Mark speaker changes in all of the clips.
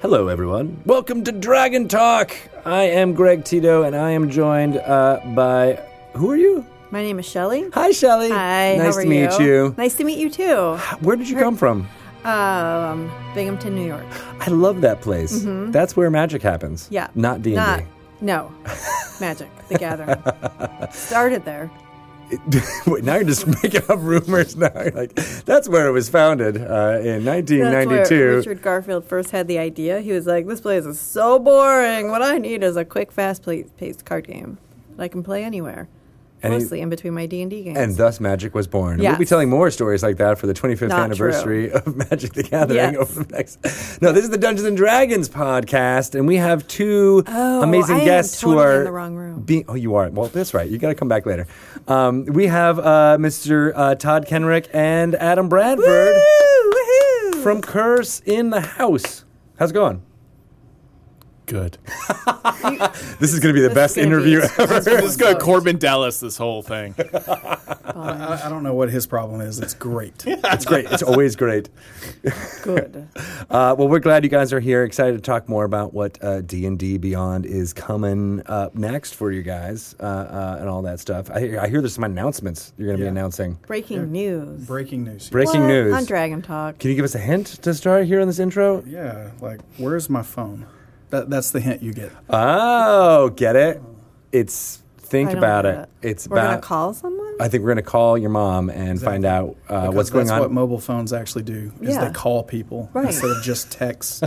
Speaker 1: Hello, everyone. Welcome to Dragon Talk. I am Greg Tito, and I am joined uh, by who are you?
Speaker 2: My name is Shelly.
Speaker 1: Hi, Shelly.
Speaker 2: Hi.
Speaker 1: Nice
Speaker 2: how are
Speaker 1: to meet you.
Speaker 2: Nice to meet you too.
Speaker 1: Where did you come from?
Speaker 2: Um, Binghamton, New York.
Speaker 1: I love that place. That's where magic happens.
Speaker 2: Mm-hmm. Yeah.
Speaker 1: Not D and
Speaker 2: no. Magic. The Gathering. Started there.
Speaker 1: D. Wait, now you're just making up rumors. Now you're like, that's where it was founded uh, in
Speaker 2: That's
Speaker 1: 1992.
Speaker 2: where Richard Garfield first had the idea. He was like, "This place is so boring. What I need is a quick, fast-paced card game that I can play anywhere,
Speaker 1: And he-
Speaker 2: mostly in between my D and D games."
Speaker 1: and thus magic was born. We'll be
Speaker 2: Yes.
Speaker 1: telling more stories like that for the 25th
Speaker 2: Not
Speaker 1: anniversary of Magic the Gathering
Speaker 2: Yes.
Speaker 1: over the next. No, this is the Dungeons and Dragons podcast, and we have two
Speaker 2: Oh,
Speaker 1: amazing
Speaker 2: I am
Speaker 1: guests who
Speaker 2: totally
Speaker 1: are
Speaker 2: in the wrong room.
Speaker 1: Being, oh, you are. Well, that's right. You got to come back later. Um, we have uh, Mr. Uh, Todd Kenrick and Adam Bradford
Speaker 2: Woo!
Speaker 1: from Curse in the house. How's it going?
Speaker 3: Good.
Speaker 1: This is going to be the
Speaker 2: This is
Speaker 1: best
Speaker 2: gonna
Speaker 1: interview
Speaker 2: be-
Speaker 1: ever.
Speaker 3: Let's
Speaker 4: Oh
Speaker 3: go Corbin Dallas this whole thing.
Speaker 4: I, I don't know what his problem is. It's great.
Speaker 1: it's great. It's always great.
Speaker 2: Good.
Speaker 1: Uh, well, we're glad you guys are here. Excited to talk more about what uh, D and D Beyond is coming up next for you guys uh, uh, and all that stuff. I, hear- I hear there's some announcements you're going to
Speaker 4: Yeah.
Speaker 1: be announcing.
Speaker 2: Breaking news.
Speaker 4: Breaking news.
Speaker 1: Breaking
Speaker 2: What?
Speaker 1: news.
Speaker 2: on Dragon Talk.
Speaker 1: Can you give us a hint to start here in this intro?
Speaker 4: yeah, like where's my phone? That, that's the hint you get.
Speaker 1: Uh, Oh, get it? It's think
Speaker 2: I don't
Speaker 1: about
Speaker 2: get
Speaker 1: it. It's
Speaker 2: We're gonna
Speaker 1: about.
Speaker 2: call someone.
Speaker 1: I think we're going to call your mom and find out uh,
Speaker 4: Because
Speaker 1: what's going
Speaker 4: that's
Speaker 1: on.
Speaker 4: What mobile phones actually do is
Speaker 2: Yeah.
Speaker 4: they call people
Speaker 2: Right.
Speaker 4: instead of just text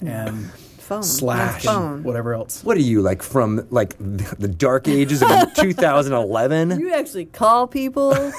Speaker 4: and
Speaker 2: phone.
Speaker 4: Slash
Speaker 2: phone.
Speaker 4: and whatever else.
Speaker 1: what are you like from like the the dark ages of 2011?
Speaker 2: You actually call people?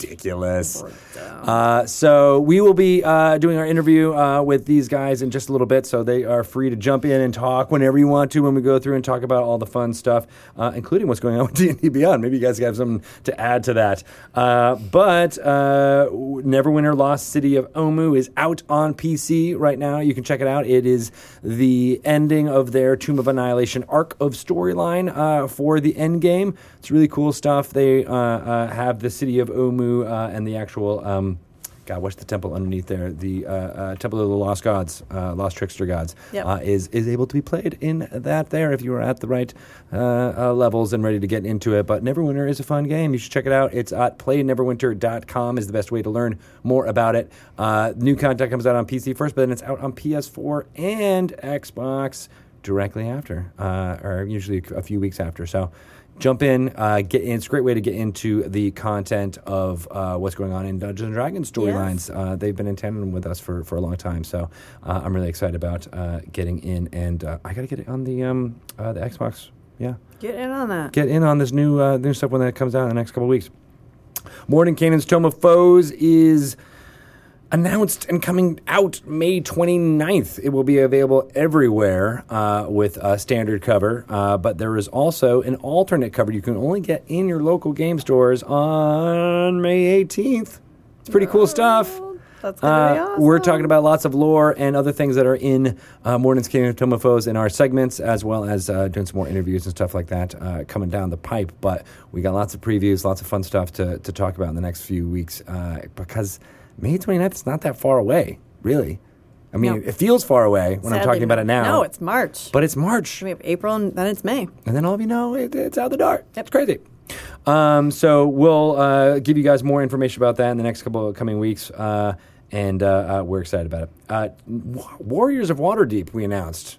Speaker 1: Ridiculous. Uh, so we will be uh, doing our interview uh, with these guys in just a little bit, so they are free to jump in and talk whenever you want to when we go through and talk about all the fun stuff, uh, including what's going on with D and D Beyond. Maybe you guys have something to add to that. Uh, but uh, Neverwinter Lost City of Omu is out on PC right now. You can check it out. It is the ending of their Tomb of Annihilation arc of storyline uh, for the end game. It's really cool stuff. They uh, uh, have the city of Omu uh, and the actual. Um, God, what's the temple underneath there? The uh, uh, Temple of the Lost Gods, uh, Lost Trickster Gods,
Speaker 2: Yep.
Speaker 1: uh, is is able to be played in that there if you are at the right uh, uh, levels and ready to get into it. But Neverwinter is a fun game. You should check it out. It's at playneverwinter.com is the best way to learn more about it. Uh, new content comes out on PC first, but then it's out on PS4 and Xbox directly after, uh, or usually a few weeks after. So jump in, uh, get in. It's a great way to get into the content of uh, what's going on in Dungeons and Dragons storylines. Uh, they've been in tandem with us for, for a long time, so uh, I'm really excited about uh, getting in. And uh, I got to get it on the um, uh, the Xbox. Yeah,
Speaker 2: Get in on that.
Speaker 1: get in on this new uh, new stuff when that comes out in the next couple of weeks. Morning Canaan's Tome of Foes is announced and coming out May 29th. It will be available everywhere uh, with a standard cover, uh, but there is also an alternate cover you can only get in your local game stores on May 18th. It's pretty cool stuff.
Speaker 2: That's gonna be awesome.
Speaker 1: Uh, We're talking about lots of lore and other things that are in uh, Morning's Kingdom of Tomophos in our segments, as well as uh, doing some more interviews and stuff like that uh, coming down the pipe. But we got lots of previews, lots of fun stuff to, to talk about in the next few weeks uh, because May 29th is not that far away, really. I mean,
Speaker 2: No.
Speaker 1: it feels far away when I'm
Speaker 2: Sadly,
Speaker 1: talking about it now.
Speaker 2: No, it's March.
Speaker 1: but it's March.
Speaker 2: we have April and then it's May.
Speaker 1: And then all of you know it, it's out of the dark. It's crazy. Um, so we'll uh, give you guys more information about that in the next couple of coming weeks. Uh, and uh, uh, we're excited about it. Uh, Wa- Warriors of Waterdeep, we announced.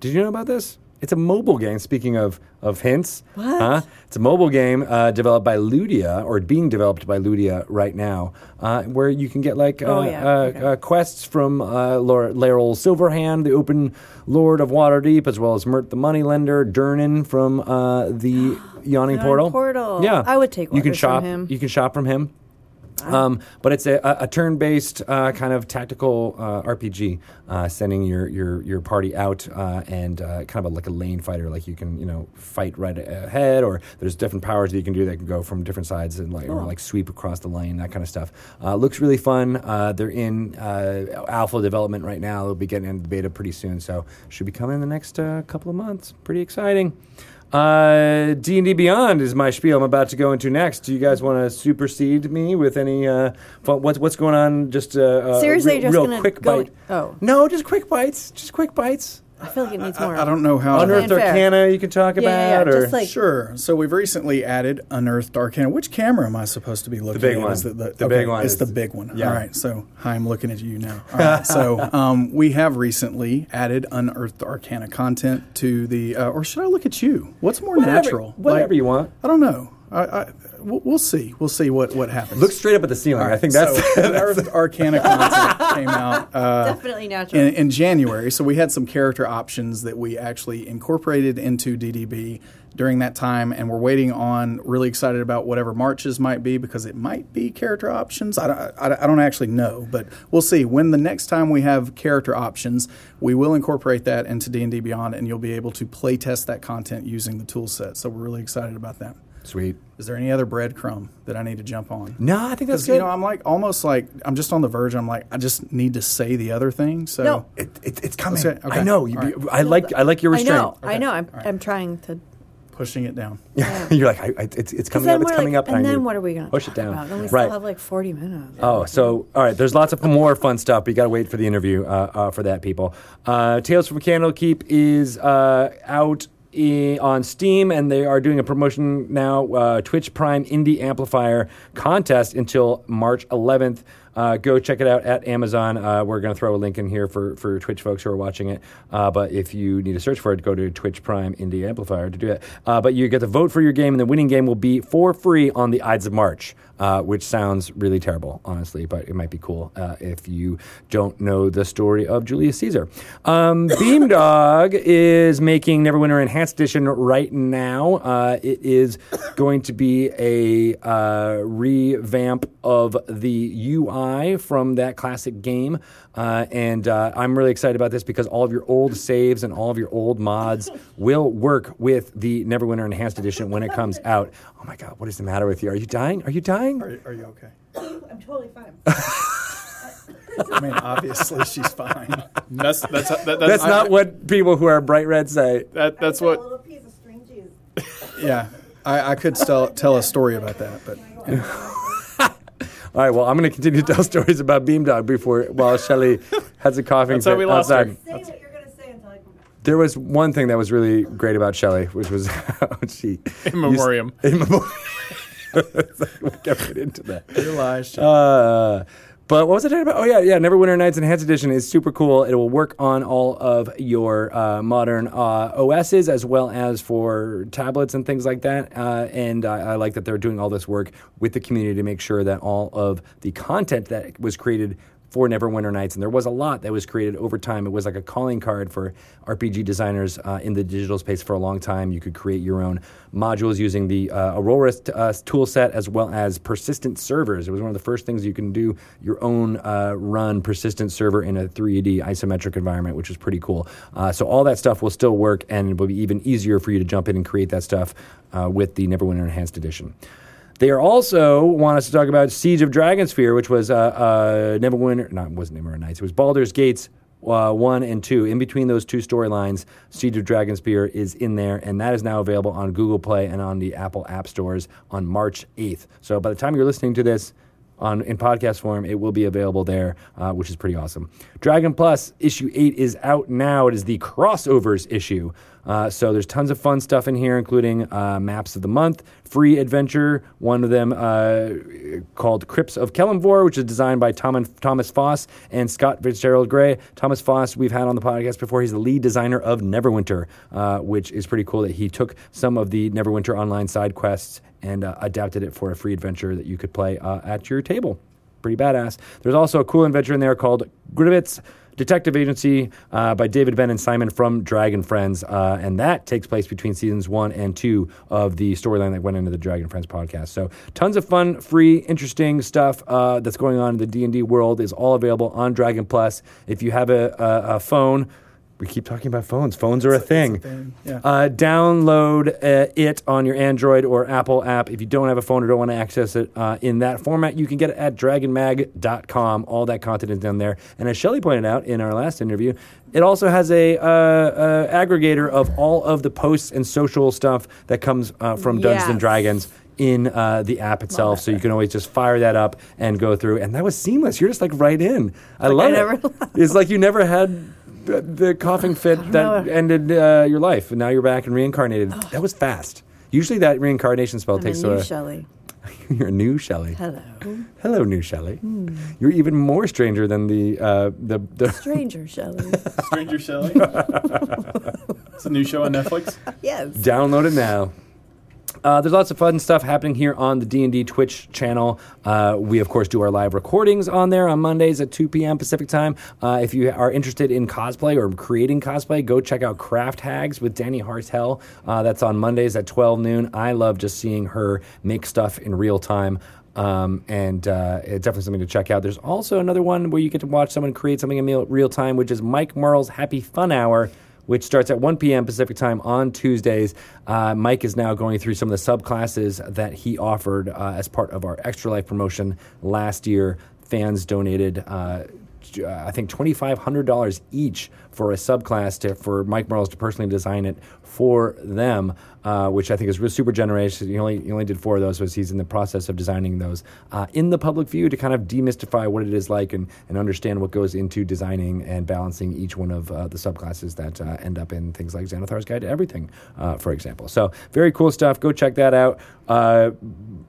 Speaker 1: Did you know about this? It's a mobile game. Speaking of, of hints,
Speaker 2: What?
Speaker 1: Huh? It's a mobile game uh, developed by Ludia, or being developed by Ludia right now, uh, where you can get like uh,
Speaker 2: Oh, yeah.
Speaker 1: uh,
Speaker 2: Okay.
Speaker 1: uh, quests from uh, Lar- Laurel Silverhand, the Open Lord of Waterdeep, as well as Mert the Moneylender, Durnan from uh, the Yawning
Speaker 2: Yawning
Speaker 1: Portal.
Speaker 2: Portal.
Speaker 1: Yeah,
Speaker 2: I would take
Speaker 1: you can
Speaker 2: orders from
Speaker 1: shop.
Speaker 2: him. Ah.
Speaker 1: You can shop from him. Um, but it's a, a, a turn-based uh, kind of tactical uh, RPG, uh, sending your, your your party out uh, and uh, kind of a, like a lane fighter. Like you can you know fight right ahead, or there's different powers that you can do that can go from different sides and like or like sweep across the lane, that kind of stuff. Uh, looks really fun. Uh, they're in uh, alpha development right now. They'll be getting into beta pretty soon, so should be coming in the next uh, couple of months. Pretty exciting. Uh, D&D Beyond is my spiel I'm about to go into next. Do you guys want to supersede me with any, uh, fun, what's, what's going on? Just, uh, uh,
Speaker 2: Seriously,
Speaker 1: real,
Speaker 2: just
Speaker 1: real
Speaker 2: gonna
Speaker 1: quick
Speaker 2: go-
Speaker 1: bite.
Speaker 2: oh.
Speaker 1: No, just quick bites. Just quick bites.
Speaker 2: I feel like it needs more.
Speaker 4: I, I don't know how.
Speaker 1: Unearthed
Speaker 2: fair.
Speaker 1: Arcana you can talk
Speaker 2: Yeah, yeah, yeah,
Speaker 1: about. or
Speaker 2: just like-
Speaker 4: Sure. So we've recently added Unearthed Arcana. Which camera am I supposed to be looking
Speaker 1: big
Speaker 4: at?
Speaker 1: one.
Speaker 4: Is it
Speaker 1: The big one
Speaker 4: It's
Speaker 1: is-
Speaker 4: the big one.
Speaker 1: yeah.
Speaker 4: All right. So hi, I'm looking at you now. All right. so um, we have recently added Unearthed Arcana content to the. Uh, or should I look at you? What's more
Speaker 1: Whatever-
Speaker 4: natural?
Speaker 1: whatever you want.
Speaker 4: I don't know. I, I, we'll, we'll see. We'll see what what happens.
Speaker 1: Look straight up at the ceiling. I think that's...
Speaker 4: so, Unearthed Arcana content came out. Uh,
Speaker 2: Definitely natural.
Speaker 4: in, in January. So we had some character options that we actually incorporated into DDB during that time, and we're waiting on. Really excited about whatever marches might be because it might be character options. I don't, I, I don't actually know, but we'll see. When the next time we have character options, we will incorporate that into D and D Beyond, and you'll be able to play test that content using the tool set. So we're really excited about that.
Speaker 1: Sweet.
Speaker 4: Is there any other breadcrumb that I need to jump on?
Speaker 1: No, I think that's
Speaker 4: Because
Speaker 1: good.
Speaker 4: you know, I'm like almost like I'm just on the verge. I'm like I just need to say the other thing. So
Speaker 2: No.
Speaker 1: it, it, it's coming.
Speaker 4: That's it.
Speaker 1: I
Speaker 4: Okay.
Speaker 1: know. You,
Speaker 4: All right.
Speaker 1: I like. I like your
Speaker 2: I
Speaker 1: restraint.
Speaker 2: know. I know. I'm, I'm trying to.
Speaker 4: pushing it down.
Speaker 1: You're like, I, I, it's, it's coming up.
Speaker 2: we're
Speaker 1: It's coming
Speaker 2: like,
Speaker 1: up.
Speaker 2: and
Speaker 1: I
Speaker 2: then
Speaker 1: need-
Speaker 2: what are we going to
Speaker 1: push
Speaker 2: talk
Speaker 1: it down?
Speaker 2: about? Then we
Speaker 1: right.
Speaker 2: still have like 40 minutes.
Speaker 1: Oh, so all right. There's lots of more fun stuff, but you got to wait for the interview uh, uh, for that, people. Uh, Tales from Candlekeep is uh, out. i- On Steam, and they are doing a promotion now, uh, Twitch Prime Indie Amplifier contest until March 11th. Uh, go check it out at Amazon. Uh, we're going to throw a link in here for, for Twitch folks who are watching it. Uh, but if you need to search for it, go to Twitch Prime Indie Amplifier to do that. Uh, but you get to vote for your game, and the winning game will be for free on the Ides of March, uh, which sounds really terrible, honestly, but it might be cool uh, if you don't know the story of Julius Caesar. Um, Beamdog is making Neverwinter Enhanced Edition right now. Uh, it is going to be a uh, revamp of the UI from that classic game. Uh, and uh, I'm really excited about this because all of your old saves and all of your old mods will work with the Neverwinter Enhanced Edition when it comes out. Oh my God, what is the matter with you? Are you dying? Are you dying?
Speaker 4: Are, are you okay?
Speaker 2: I'm totally fine.
Speaker 4: I mean, obviously she's fine.
Speaker 3: That's that's that, that's,
Speaker 1: That's
Speaker 3: I-
Speaker 1: not what people who are bright red say.
Speaker 3: That, that's what.
Speaker 2: little piece of string cheese.
Speaker 4: Yeah, I, I could tell tell a story about that, but
Speaker 1: All right, well, I'm going to continue to tell stories about Beamdog before while Shelley has a coughing
Speaker 3: That's how
Speaker 1: fit
Speaker 3: we lost
Speaker 1: outside.
Speaker 3: her.
Speaker 2: Say what you're going to say until I come back.
Speaker 1: There was one thing that was really great about Shelley, which was how she
Speaker 3: In memoriam.
Speaker 1: used- in memoriam. we'll get right into that.
Speaker 4: your lies.
Speaker 1: Uh, but what was I talking about? Oh yeah, yeah. Neverwinter Nights Enhanced Edition is super cool. It will work on all of your uh, modern uh, OSs as well as for tablets and things like that. Uh, and I, I like that they're doing all this work with the community to make sure that all of the content that was created for Neverwinter Nights, and there was a lot that was created over time. It was like a calling card for RPG designers uh, in the digital space for a long time. You could create your own modules using the uh, Aurora uh, tool set as well as persistent servers. It was one of the first things you can do your own uh, run persistent server in a 3D isometric environment, which was pretty cool. Uh, so all that stuff will still work, and it will be even easier for you to jump in and create that stuff uh, with the Neverwinter Enhanced Edition. They are also want us to talk about Siege of Dragonsphere, which was uh, uh, Neverwinter, not wasn't Neverwinter Nights. It was Baldur's Gates uh, one and two. In between those two storylines, Siege of Dragonsphere is in there, and that is now available on Google Play and on the Apple App Stores on March eighth. So by the time you're listening to this, on in podcast form. It will be available there, uh, which is pretty awesome. Dragon Plus issue eight is out now. It is the crossovers issue. Uh, so there's tons of fun stuff in here, including uh, maps of the month, free adventure, one of them uh, called Crypts of Kellimvor, which is designed by Tom Thomas Foss and Scott Fitzgerald Gray. Thomas Foss, we've had on the podcast before. He's the lead designer of Neverwinter, uh, which is pretty cool that he took some of the Neverwinter online side quests and uh, adapted it for a free adventure that you could play uh, at your table. Pretty badass. There's also a cool adventure in there called Gribbets Detective Agency uh, by David Ben and Simon from Dragon Friends, uh, and that takes place between seasons one and two of the storyline that went into the Dragon Friends podcast. So, tons of fun, free, interesting stuff uh, that's going on in the D and D world is all available on Dragon Plus. If you have a, a, a phone We keep talking about phones. Phones are a thing.
Speaker 4: thing, yeah.
Speaker 1: Uh, download uh, it on your Android or Apple app. If you don't have a phone or don't want to access it uh, in that format, you can get it at dragonmag.com. All that content is down there. And as Shelly pointed out in our last interview, it also has a uh, uh, aggregator of all of the posts and social stuff that comes uh, from Dungeons and
Speaker 2: Yes.
Speaker 1: Dragons in uh, the app itself. So you can always just fire that up and go through. And that was seamless. You're just like right in. I love
Speaker 2: I never
Speaker 1: it. it's like you never had the, the coughing fit that
Speaker 2: know.
Speaker 1: ended uh, your life, and now you're back and reincarnated. That was fast. Usually that reincarnation spell
Speaker 2: I'm a
Speaker 1: takes
Speaker 2: new
Speaker 1: a.
Speaker 2: Shelley.
Speaker 1: you're a new Shelley.
Speaker 2: Hello.
Speaker 1: Hello, new Shelley.
Speaker 2: Hmm.
Speaker 1: You're even more stranger than the uh, the. the
Speaker 2: Stranger Shelley.
Speaker 3: Stranger Shelley. it's a new show on Netflix.
Speaker 2: yes.
Speaker 1: Download it now. Uh, there's lots of fun stuff happening here on the D&D Twitch channel. Uh, we, of course, do our live recordings on there on Mondays at 2 p.m. Pacific time. Uh, if you are interested in cosplay or creating cosplay, go check out Craft Hags with Danny Hartel. Uh, that's on Mondays at 12 noon. I love just seeing her make stuff in real time. Um, and uh, it's definitely something to check out. There's also another one where you get to watch someone create something in meal- real time, which is Mike Merle's Happy Fun Hour which starts at 1 p.m. Pacific time on Tuesdays. Uh, Mike is now going through some of the subclasses that he offered uh, as part of our Extra Life promotion last year. Fans donated. Uh, j- uh, I think $2,500 each for a subclass to, for Mike Merles to personally design it for them, uh, which I think is re- super generous. He only, he only did four of those, so he's in the process of designing those uh, in the public view to kind of demystify what it is like and, and understand what goes into designing and balancing each one of uh, the subclasses that uh, end up in things like Xanathar's Guide to Everything, uh, for example. So, very cool stuff. Go check that out. Uh,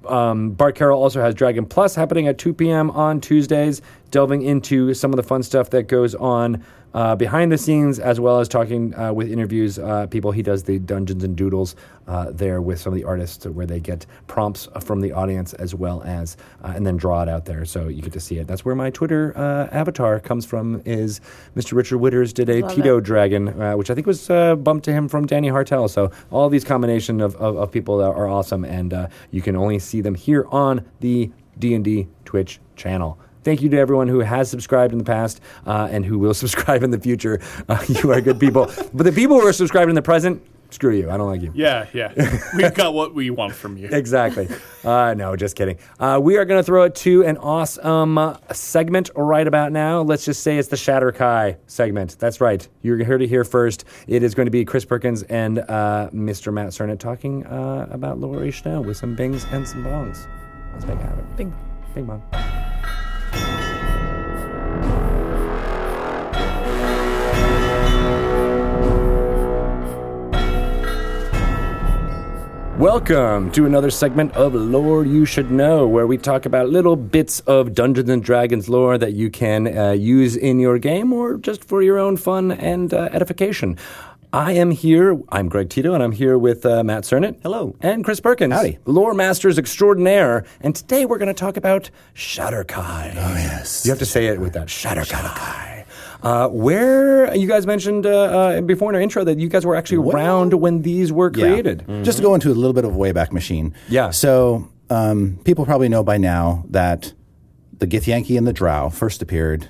Speaker 1: um, Bart Carroll also has Dragon Plus happening at 2 p.m. on Tuesdays, delving into some of the fun stuff that goes on uh, behind the scenes, as well as talking uh, with interviews uh, people. He does the Dungeons and Doodles uh, there with some of the artists, where they get prompts from the audience as well as, uh, and then draw it out there, so you get to see it. That's where my Twitter uh, avatar comes from. Is Mr. Richard Witters did a
Speaker 2: Love
Speaker 1: Tito
Speaker 2: it.
Speaker 1: Dragon, uh, which I think was uh, bumped to him from Danny Hartel. So all these combination of, of, of people that are awesome, and uh, you can only see them here on the D and D Twitch channel. Thank you to everyone who has subscribed in the past uh, and who will subscribe in the future. Uh, you are good people, but the people who are subscribed in the present, screw you. I don't like you.
Speaker 3: Yeah, yeah. We've got what we want from you.
Speaker 1: Exactly. Uh, no, just kidding. Uh, we are going to throw it to an awesome uh, segment right about now. Let's just say it's the Shatter Kai segment. That's right. You heard it here first. It is going to be Chris Perkins and uh, Mr. Matt Cernan talking uh, about Laurie Snow with some bings and some bongs. Let's make it happen.
Speaker 2: Bing.
Speaker 1: Bing bong. Welcome to another segment of Lore You Should Know, where we talk about little bits of Dungeons and Dragons lore that you can uh, use in your game or just for your own fun and uh, edification. I am here. I'm Greg Tito, and I'm here with uh, Matt Cernit. Hello. And Chris Perkins.
Speaker 5: Howdy.
Speaker 1: Lore Masters Extraordinaire. And today we're going to talk about Shatterkai. Oh,
Speaker 5: yes.
Speaker 1: You have to say it with that. Shatterkai. Uh, where you guys mentioned uh, uh, before in our intro that you guys were actually around when these were
Speaker 5: Yeah.
Speaker 1: created.
Speaker 5: Just to go into a little bit of Wayback Machine.
Speaker 1: Yeah.
Speaker 5: So um, people probably know by now that the Githyanki and the Drow first appeared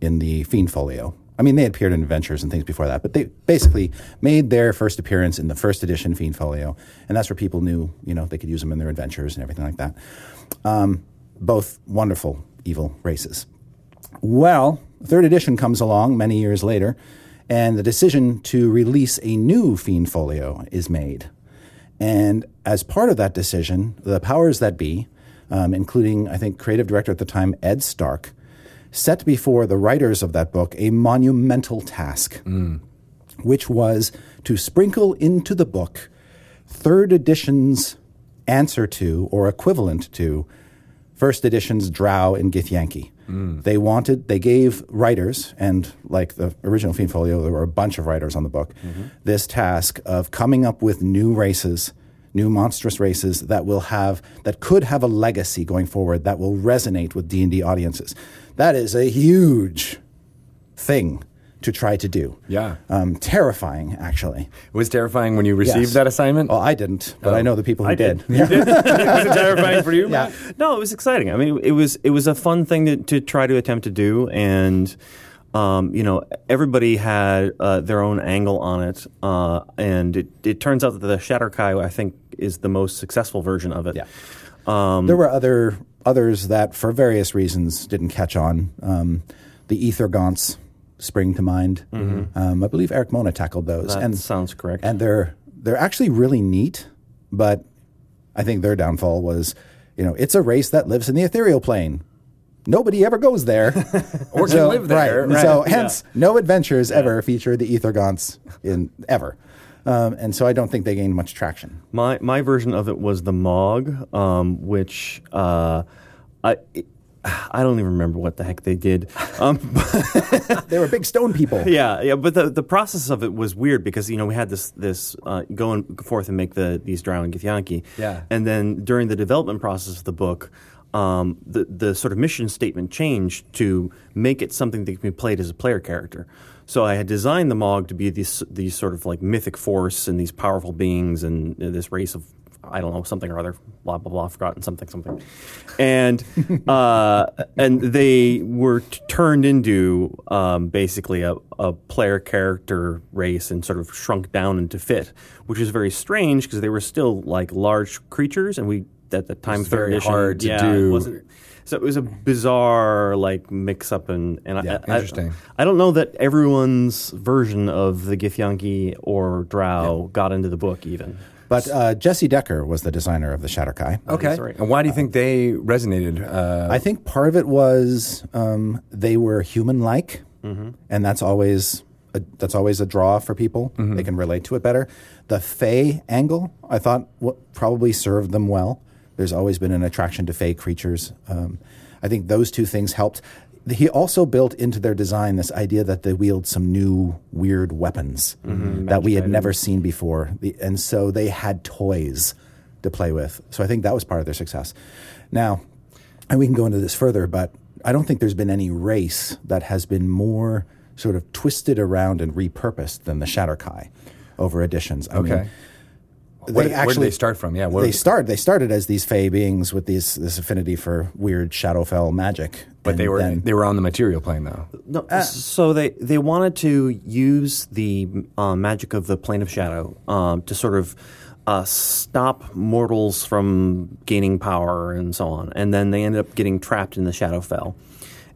Speaker 5: in the Fiend Folio. I mean, they had appeared in Adventures and things before that, but they basically made their first appearance in the first edition Fiend Folio, and that's where people knew, you know, they could use them in their adventures and everything like that. Um, both wonderful evil races. Well, third edition comes along many years later, and the decision to release a new Fiend Folio is made. And as part of that decision, the powers that be, um, including, I think, creative director at the time, Ed Stark, set before the writers of that book a monumental task, which was to sprinkle into the book third edition's answer to or equivalent to first edition's Drow and Githyanki. They wanted, they gave writers, and like the original Fiend Folio, there were a bunch of writers on the book, this task of coming up with new races, new monstrous races that will have, that could have a legacy going forward that will resonate with D&D audiences. That is a huge thing to try to do.
Speaker 1: Yeah.
Speaker 5: Um, terrifying, actually.
Speaker 1: It was terrifying when you received
Speaker 5: Yes.
Speaker 1: that assignment.
Speaker 5: Well, I didn't, but I know the people who
Speaker 6: I did.
Speaker 5: did. Yeah.
Speaker 1: was it terrifying for you?
Speaker 5: yeah.
Speaker 6: No, it was exciting. I mean, it was it was a fun thing to, to try to attempt to do, and um, you know, everybody had uh, their own angle on it, uh, and it, it turns out that the Shatterkai, I think, is the most successful version of it.
Speaker 5: Yeah.
Speaker 6: Um,
Speaker 5: There were other others that, for various reasons, didn't catch on. Um, the ether gaunts spring to mind. Um, I believe Eric Mona tackled those,
Speaker 6: that
Speaker 5: and
Speaker 6: sounds correct.
Speaker 5: and they're they're actually really neat. But I think their downfall was, you know, it's a race that lives in the ethereal plane. Nobody ever goes there, or
Speaker 1: can live there, right,
Speaker 5: So, hence, no adventures ever feature the ether gaunts in ever. Um, and so, I don't think they gained much traction.
Speaker 6: My my version of it was the Mog, um, which uh, I I don't even remember what the heck they did. Um,
Speaker 5: They were big stone people.
Speaker 6: yeah, yeah. But the, the process of it was weird because you know we had this this uh, go and forth and make the these drown and Githyanki.
Speaker 1: Yeah.
Speaker 6: And then during the development process of the book, um, the the sort of mission statement changed to make it something that can be played as a player character. So I had designed the Mog to be these these sort of like mythic force and these powerful beings and uh, this race of I don't know something or other, blah blah blah, forgotten something something, and uh, and they were t- turned into um, basically a, a player character race and sort of shrunk down into fit, which is very strange because they were still like large creatures, and we at the time third
Speaker 1: very
Speaker 6: edition,
Speaker 1: hard to
Speaker 6: yeah, it
Speaker 1: do.
Speaker 6: wasn't- so it was a bizarre like mix up and and
Speaker 1: Yeah,
Speaker 6: I, I,
Speaker 1: interesting.
Speaker 6: I don't know that everyone's version of the Githyanki or Drow got into the book even.
Speaker 5: But uh, Jesse Decker was the designer of the Shatterkai.
Speaker 1: Okay.
Speaker 6: right.
Speaker 1: And why do you think they resonated? Uh,
Speaker 5: I think part of it was um, they were human-like, and that's always a, that's always a draw for people. They can relate to it better. The Fey angle, I thought, w- probably served them well. There's always been an attraction to Fey creatures. Um, I think those two things helped. He also built into their design this idea that they wield some new weird weapons that we had never seen before, the, and so they had toys to play with. So I think that was part of their success. Now, and we can go into this further, but I don't think there's been any race that has been more sort of twisted around and repurposed than the Shatterkai over editions. I
Speaker 1: okay.
Speaker 5: mean, they
Speaker 1: Where- where did
Speaker 5: actually-
Speaker 1: they start from? Yeah, what-
Speaker 5: they start. They started as these fey beings with these this affinity for weird Shadowfell magic,
Speaker 1: but
Speaker 5: and
Speaker 1: they were
Speaker 5: then-
Speaker 1: they were on the material plane though.
Speaker 6: No, so they they wanted to use the um, magic of the plane of shadow um, to sort of uh, stop mortals from gaining power and so on, and then they ended up getting trapped in the Shadowfell.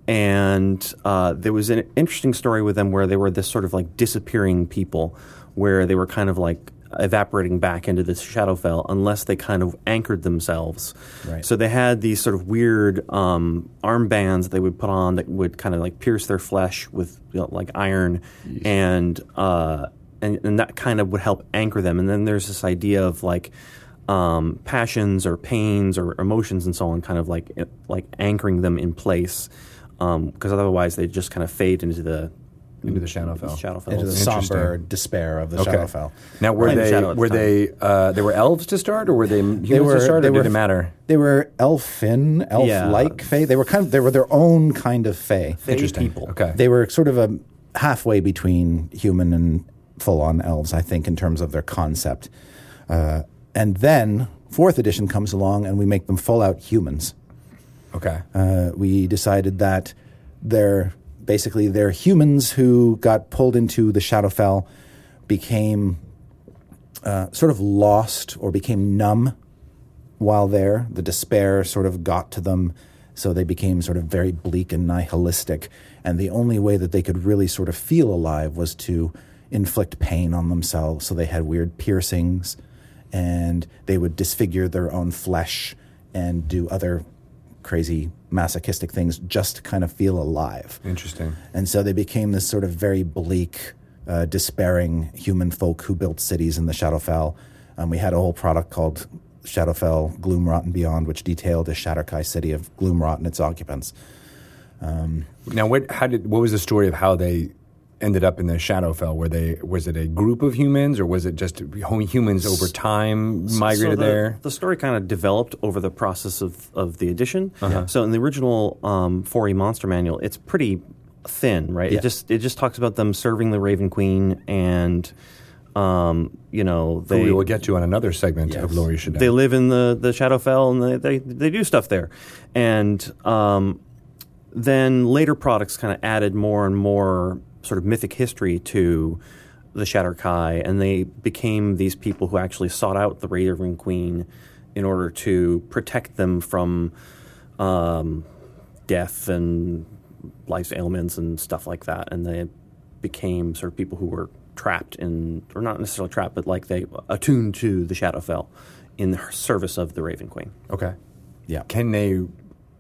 Speaker 6: And uh, there was an interesting story with them where they were this sort of like disappearing people, where they were kind of like evaporating back into the Shadowfell unless they kind of anchored themselves.
Speaker 5: Right.
Speaker 6: So they had these sort of weird um, armbands that they would put on that would kind of like pierce their flesh with you know, like iron, and uh, and and that kind of would help anchor them. And then there's this idea of like um, passions or pains or emotions and so on, kind of like eh, like anchoring them in place, because otherwise they just kind of fade into the
Speaker 1: Into the Shadowfell.
Speaker 6: Shadowfell.
Speaker 5: into the somber despair of the Shadowfell.
Speaker 1: Now were
Speaker 6: Plane of
Speaker 1: they
Speaker 6: shadow at the
Speaker 1: were
Speaker 6: time.
Speaker 1: they uh, they were elves to start, or were they humans to start, or did it matter?
Speaker 5: They were elfin, elf-like fey. They were kind of they were their own kind of fey.
Speaker 6: Interesting. People.
Speaker 1: Okay.
Speaker 5: They were sort of a halfway between human and full-on elves, I think, in terms of their concept. Uh, and then fourth edition comes along, and we make them full-out humans.
Speaker 1: okay.
Speaker 5: Uh, we decided that they're basically they're humans who got pulled into the Shadowfell, became uh, sort of lost or became numb while there. The despair sort of got to them, so they became sort of very bleak and nihilistic. And the only way that they could really sort of feel alive was to inflict pain on themselves. So they had weird piercings, and they would disfigure their own flesh and do other crazy masochistic things just to kind of feel alive.
Speaker 1: Interesting.
Speaker 5: And so they became this sort of very bleak, uh, despairing human folk who built cities in the Shadowfell. Um, we had a whole product called Shadowfell Gloomrot and Beyond, which detailed the Shatterkai city of Gloomrot and its occupants.
Speaker 1: Now what how did what was the story of how they ended up in the Shadowfell? Were they was it a group of humans, or was it just hu- humans over time migrated
Speaker 6: so the,
Speaker 1: there?
Speaker 6: The story kind of developed over the process of, of the edition.
Speaker 1: Uh-huh.
Speaker 6: So in the original um, 4E Monster Manual, it's pretty thin, right?
Speaker 5: Yeah.
Speaker 6: It just it just talks about them serving the Raven Queen and um, you know
Speaker 1: Who
Speaker 6: they
Speaker 1: we will get to on another segment of Laurie Shadow.
Speaker 6: they live in the the Shadowfell and they they, they do stuff there, and um, Then later products kind of added more and more sort of mythic history to the Shatter Kai, and they became these people who actually sought out the Raven Queen in order to protect them from um, death and life's ailments and stuff like that. And they became sort of people who were trapped in, or not necessarily trapped, but like they attuned to the Shadowfell in the service of the Raven Queen.
Speaker 1: Okay.
Speaker 5: Yeah.
Speaker 1: Can they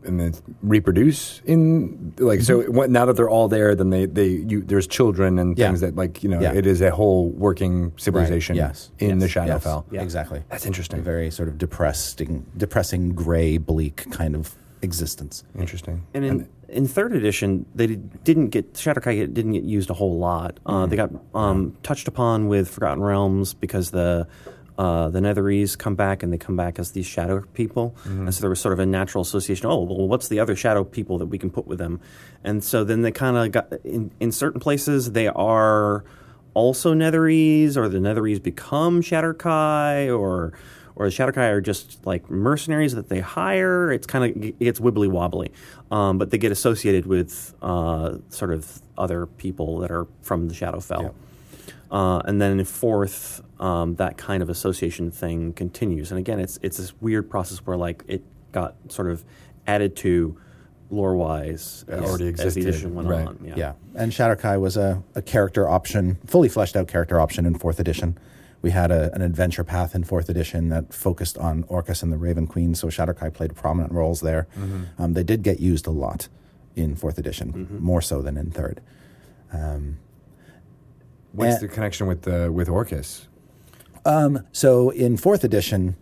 Speaker 1: and then reproduce in like so what, now that they're all there then they they you there's children and
Speaker 5: Mm-hmm. Yeah.
Speaker 1: things that like you know
Speaker 5: Yeah.
Speaker 1: it is a whole working civilization
Speaker 5: Yes.
Speaker 1: in the
Speaker 5: Yes.
Speaker 1: Shadowfell.
Speaker 6: Yeah.
Speaker 5: Exactly.
Speaker 1: That's interesting.
Speaker 5: A very sort of depressing, depressing, gray, bleak kind of existence.
Speaker 1: interesting.
Speaker 6: And in, in third edition, they did- didn't get Shatterkai didn't get used a whole lot. Uh, They got um, touched upon with Forgotten Realms because the uh, the Netherese come back and they come back as these shadow people, and so there was sort of a natural association. Oh, well, what's the other shadow people that we can put with them? And so then they kind of got in, in certain places they are also Netherese, or the Netherese become Shatterkai, or or the Shadowkai are just like mercenaries that they hire. It's kind of it gets wibbly wobbly, um, but they get associated with uh, sort of other people that are from the Shadowfell. Uh, and then in fourth, um, that kind of association thing continues. And again, it's it's this weird process where like it got sort of added to lore wise
Speaker 1: That already
Speaker 6: as the
Speaker 1: existed,
Speaker 6: edition went
Speaker 1: right.
Speaker 6: on.
Speaker 5: Yeah. And Shatterkai was a, a character option, fully fleshed out character option in fourth edition. We had a, an adventure path in fourth edition that focused on Orcus and the Raven Queen, so Shatterkai played prominent roles there. Um, they did get used a lot in fourth edition, more so than in third.
Speaker 1: What's
Speaker 5: And-
Speaker 1: the connection with the with Orcus?
Speaker 5: So in fourth edition,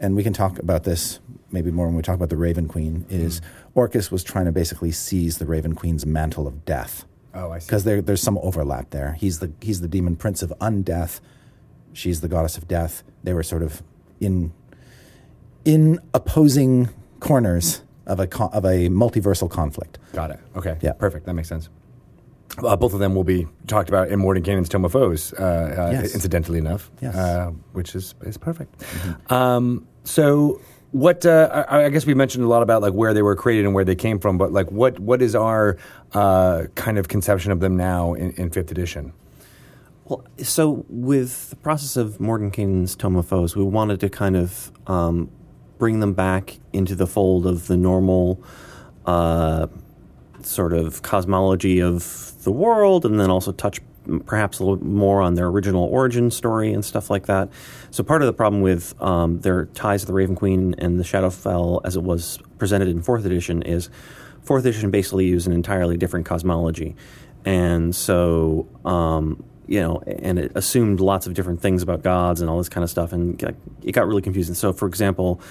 Speaker 5: and we can talk about this maybe more when we talk about the Raven Queen, is Orcus was trying to basically seize the Raven Queen's mantle of death.
Speaker 1: Oh, I see.
Speaker 5: Because there, there's some overlap there. He's the he's the demon prince of undeath. She's the goddess of death. They were sort of in in opposing corners of a co- of a multiversal conflict.
Speaker 1: Got it. Okay.
Speaker 5: Yeah.
Speaker 1: Perfect. That makes sense. Uh, both of them will be talked about in Morton Canaan's Tome of Foes, uh, uh,
Speaker 5: Yes.
Speaker 1: incidentally enough,
Speaker 5: Yes. Mm-hmm.
Speaker 1: uh, which is, is perfect. Um, so, what uh, I, I guess we mentioned a lot about like where they were created and where they came from, but like what what is our uh, kind of conception of them now in, in fifth edition?
Speaker 6: Well, so with the process of Morgan King's Tome of Foes, we wanted to kind of um, bring them back into the fold of the normal uh, sort of cosmology of the world, and then also touch m- perhaps a little more on their original origin story and stuff like that. So part of the problem with um, their ties to the Raven Queen and the Shadowfell, as it was presented in Fourth Edition, is Fourth Edition basically used an entirely different cosmology, and so. Um, you know, and it assumed lots of different things about gods and all this kind of stuff, and like, it got really confusing. So, for example,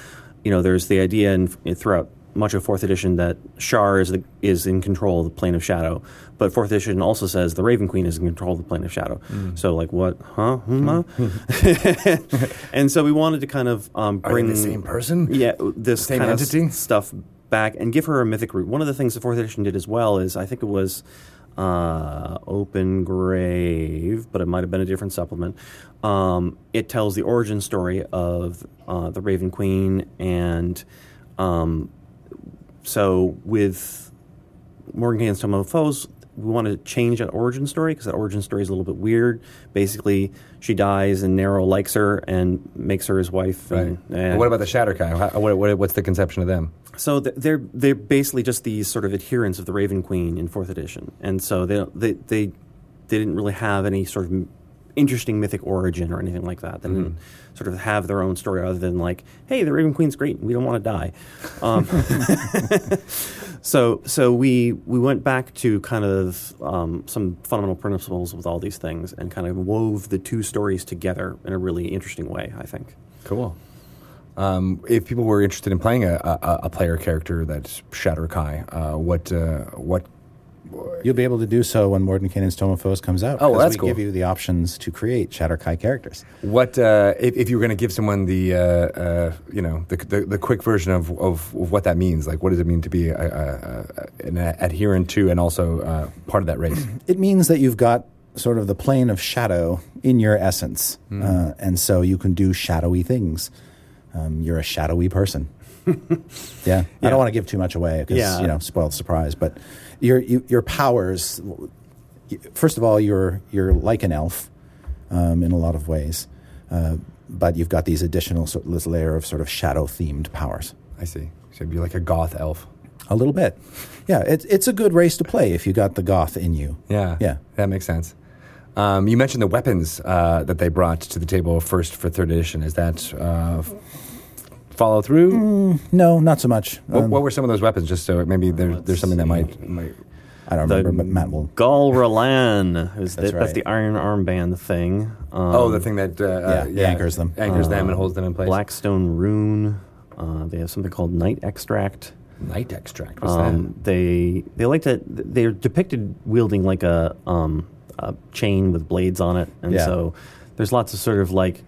Speaker 6: you know, there's the idea in, throughout much of Fourth Edition that Shar is the, is in control of the plane of shadow, but Fourth Edition also says the Raven Queen is in control of the plane of shadow.
Speaker 1: Mm.
Speaker 6: So, like, what? Huh? Hmm, huh? and so we wanted to kind of um,
Speaker 1: Mm. Are they
Speaker 6: bring
Speaker 1: the same person?
Speaker 6: yeah, this
Speaker 1: Same
Speaker 6: kind
Speaker 1: entity?
Speaker 6: of s- stuff back and give her a mythic root. One of the things the fourth edition did as well is I think it was uh, Open Grave, but it might have been a different supplement. Um, it tells the origin story of uh, the Raven Queen, and um, so with Morgan Cain's Tome of Foes, we want to change that origin story because that origin story is a little bit weird. Basically, she dies and Nero likes her and makes her his wife.
Speaker 1: Right.
Speaker 6: And, and-
Speaker 1: What about the Shatterkai? How, what, what, what's the conception of them?
Speaker 6: so th- they're they're basically just these sort of adherents of the Raven Queen in Fourth Edition, and so they don't- they they, they didn't really have any sort of m- interesting mythic origin or anything like that. They didn't sort of have their own story other than like, hey, the Raven Queen's great, we don't want to die. Um, so so we we went back to kind of um, some fundamental principles with all these things and kind of wove the two stories together in a really interesting way. I think.
Speaker 1: Cool. Um, if people were interested in playing a, a, a player character that's Shatterkai, uh, what uh, what
Speaker 5: You'll be able to do so when Mordenkainen's Tome of Foes comes out.
Speaker 1: Oh,
Speaker 5: 'cause
Speaker 1: that's
Speaker 5: we
Speaker 1: cool.
Speaker 5: give you the options to create Shatterkai characters.
Speaker 1: What uh, if, if you were going to give someone the uh, uh, you know the, the the quick version of, of of what that means? Like, what does it mean to be a, a, a, an adherent to and also uh, part of that race?
Speaker 5: It means that you've got sort of the plane of shadow in your essence, uh, and so you can do shadowy things. Um, you're a shadowy person. Yeah, I don't want to give too much away because
Speaker 6: Yeah.
Speaker 5: you know spoil the surprise. But your you, your powers, y- first of all, you're you're like an elf um, in a lot of ways, uh, but you've got these additional sort this layer of sort of shadow themed powers.
Speaker 1: I see. So you're like a goth elf.
Speaker 5: A little bit, yeah. It's it's a good race to play if you got the goth in you.
Speaker 1: Yeah.
Speaker 5: Yeah.
Speaker 1: That makes sense. Um, you mentioned the weapons uh, that they brought to the table first for third edition. Is that uh, f- follow through?
Speaker 5: Mm. No, not so much.
Speaker 1: what,
Speaker 5: Um,
Speaker 1: what were some of those weapons? Just so maybe there, there's something that might, might.
Speaker 5: I don't
Speaker 6: The-
Speaker 5: remember, but Matt will.
Speaker 6: Gul Rolan
Speaker 5: That's
Speaker 6: is the, that's
Speaker 5: right.
Speaker 6: the iron armband thing. Um, Uh,
Speaker 1: Oh, the thing that uh, uh,
Speaker 5: yeah, anchors them.
Speaker 1: anchors them and holds them in place.
Speaker 6: Blackstone Rune. Uh, they have something called Night Extract.
Speaker 1: night extract. What's
Speaker 6: Um, they they like to they're depicted wielding like a um, a chain with blades on it, and
Speaker 5: Yeah.
Speaker 6: so there's lots of sort of like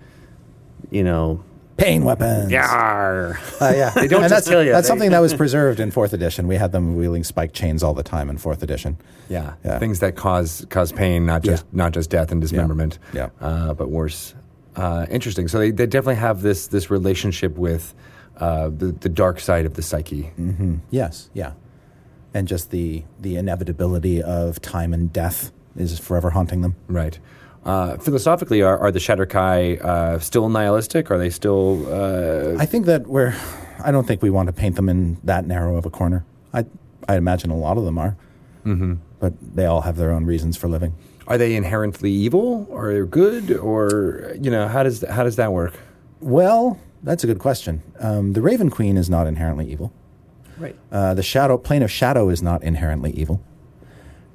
Speaker 6: you know
Speaker 5: Pain weapons.
Speaker 6: yar.
Speaker 5: Uh, yeah. they
Speaker 1: don't just
Speaker 5: that's,
Speaker 1: kill you,
Speaker 5: That's
Speaker 1: they-
Speaker 5: something that was preserved in fourth edition. We had them wielding spike chains all the time in fourth edition.
Speaker 1: that? Yeah.
Speaker 5: yeah.
Speaker 1: things that cause cause pain, not just not just death and dismemberment.
Speaker 5: Yeah.
Speaker 1: Uh, but worse. Uh, interesting. So they, they definitely have this this relationship with uh, the the dark side of the psyche.
Speaker 5: Mm-hmm. Yes, yeah, and just the the inevitability of time and death is forever haunting them.
Speaker 1: Right. Uh, philosophically, are, are the Shatterkai uh, still nihilistic? Are they still? Uh,
Speaker 5: I think that we're. I don't think we want to paint them in that narrow of a corner. I I imagine a lot of them are,
Speaker 1: Mm-hmm.
Speaker 5: but they all have their own reasons for living.
Speaker 1: are they inherently evil, or they're good, or you know how does how does that work?
Speaker 5: Well, that's a good question. Um, the Raven Queen is not inherently evil.
Speaker 6: Right.
Speaker 5: Uh, the shadow plane of shadow is not inherently evil.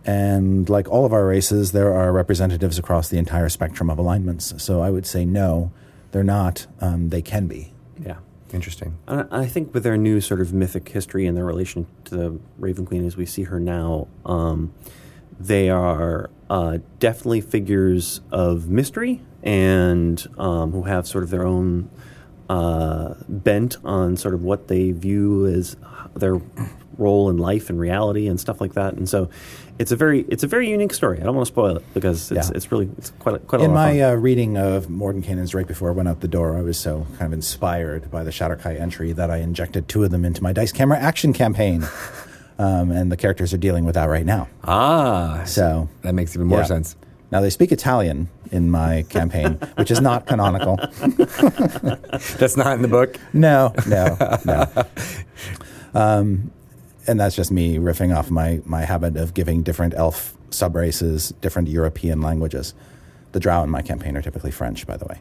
Speaker 5: And like all of our races, there are representatives across the entire spectrum of alignments. So I would say no, they're not. Um, they can be.
Speaker 6: Yeah.
Speaker 1: Interesting.
Speaker 6: And I I think with their new sort of mythic history and their relation to the Raven Queen as we see her now, um, they are uh, definitely figures of mystery and um, who have sort of their own uh, bent on sort of what they view as their role in life and reality and stuff like that. And so, it's a very it's a very unique story. I don't want to spoil it because it's,
Speaker 5: Yeah.
Speaker 6: it's really it's quite a- quite a
Speaker 5: In
Speaker 6: lot of
Speaker 5: my
Speaker 6: fun.
Speaker 5: uh, reading of Mordenkainen's right before I went out the door, I was so kind of inspired by the Shatterkai entry that I injected two of them into my dice camera action campaign. um, and the characters are dealing with that right now.
Speaker 1: Ah,
Speaker 5: So
Speaker 1: that makes even more
Speaker 5: yeah.
Speaker 1: sense.
Speaker 5: Now they speak Italian in my campaign, which is not canonical.
Speaker 1: That's not in the book.
Speaker 5: No, no, no. Um, and that's just me riffing off my, my habit of giving different elf subraces different European languages. The drow in my campaign are typically French, by the way.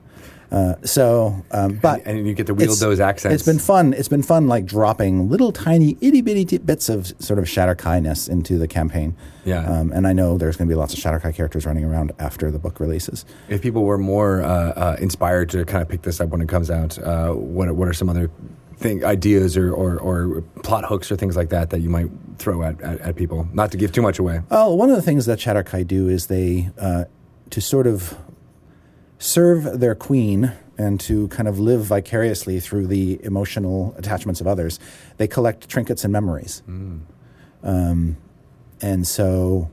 Speaker 5: Uh, so, um, but
Speaker 1: And- and you get to wield
Speaker 5: it's-
Speaker 1: those accents.
Speaker 5: It's been fun. It's been fun, like dropping little tiny itty bitty t- bits of sort of Shatterkai-ness into the campaign.
Speaker 1: Yeah.
Speaker 5: Um, and I know there's going to be lots of Shatterkai characters running around after the book releases.
Speaker 1: If people were more uh, uh, inspired to kind of pick this up when it comes out, uh, what what are some other thing, ideas or, or, or plot hooks or things like that that you might throw at, at, at people? Not to give too much away.
Speaker 5: Well, Oh, one of the things that Chatterkai do is they, uh, to sort of serve their queen and to kind of live vicariously through the emotional attachments of others, they collect trinkets and memories. Um, and so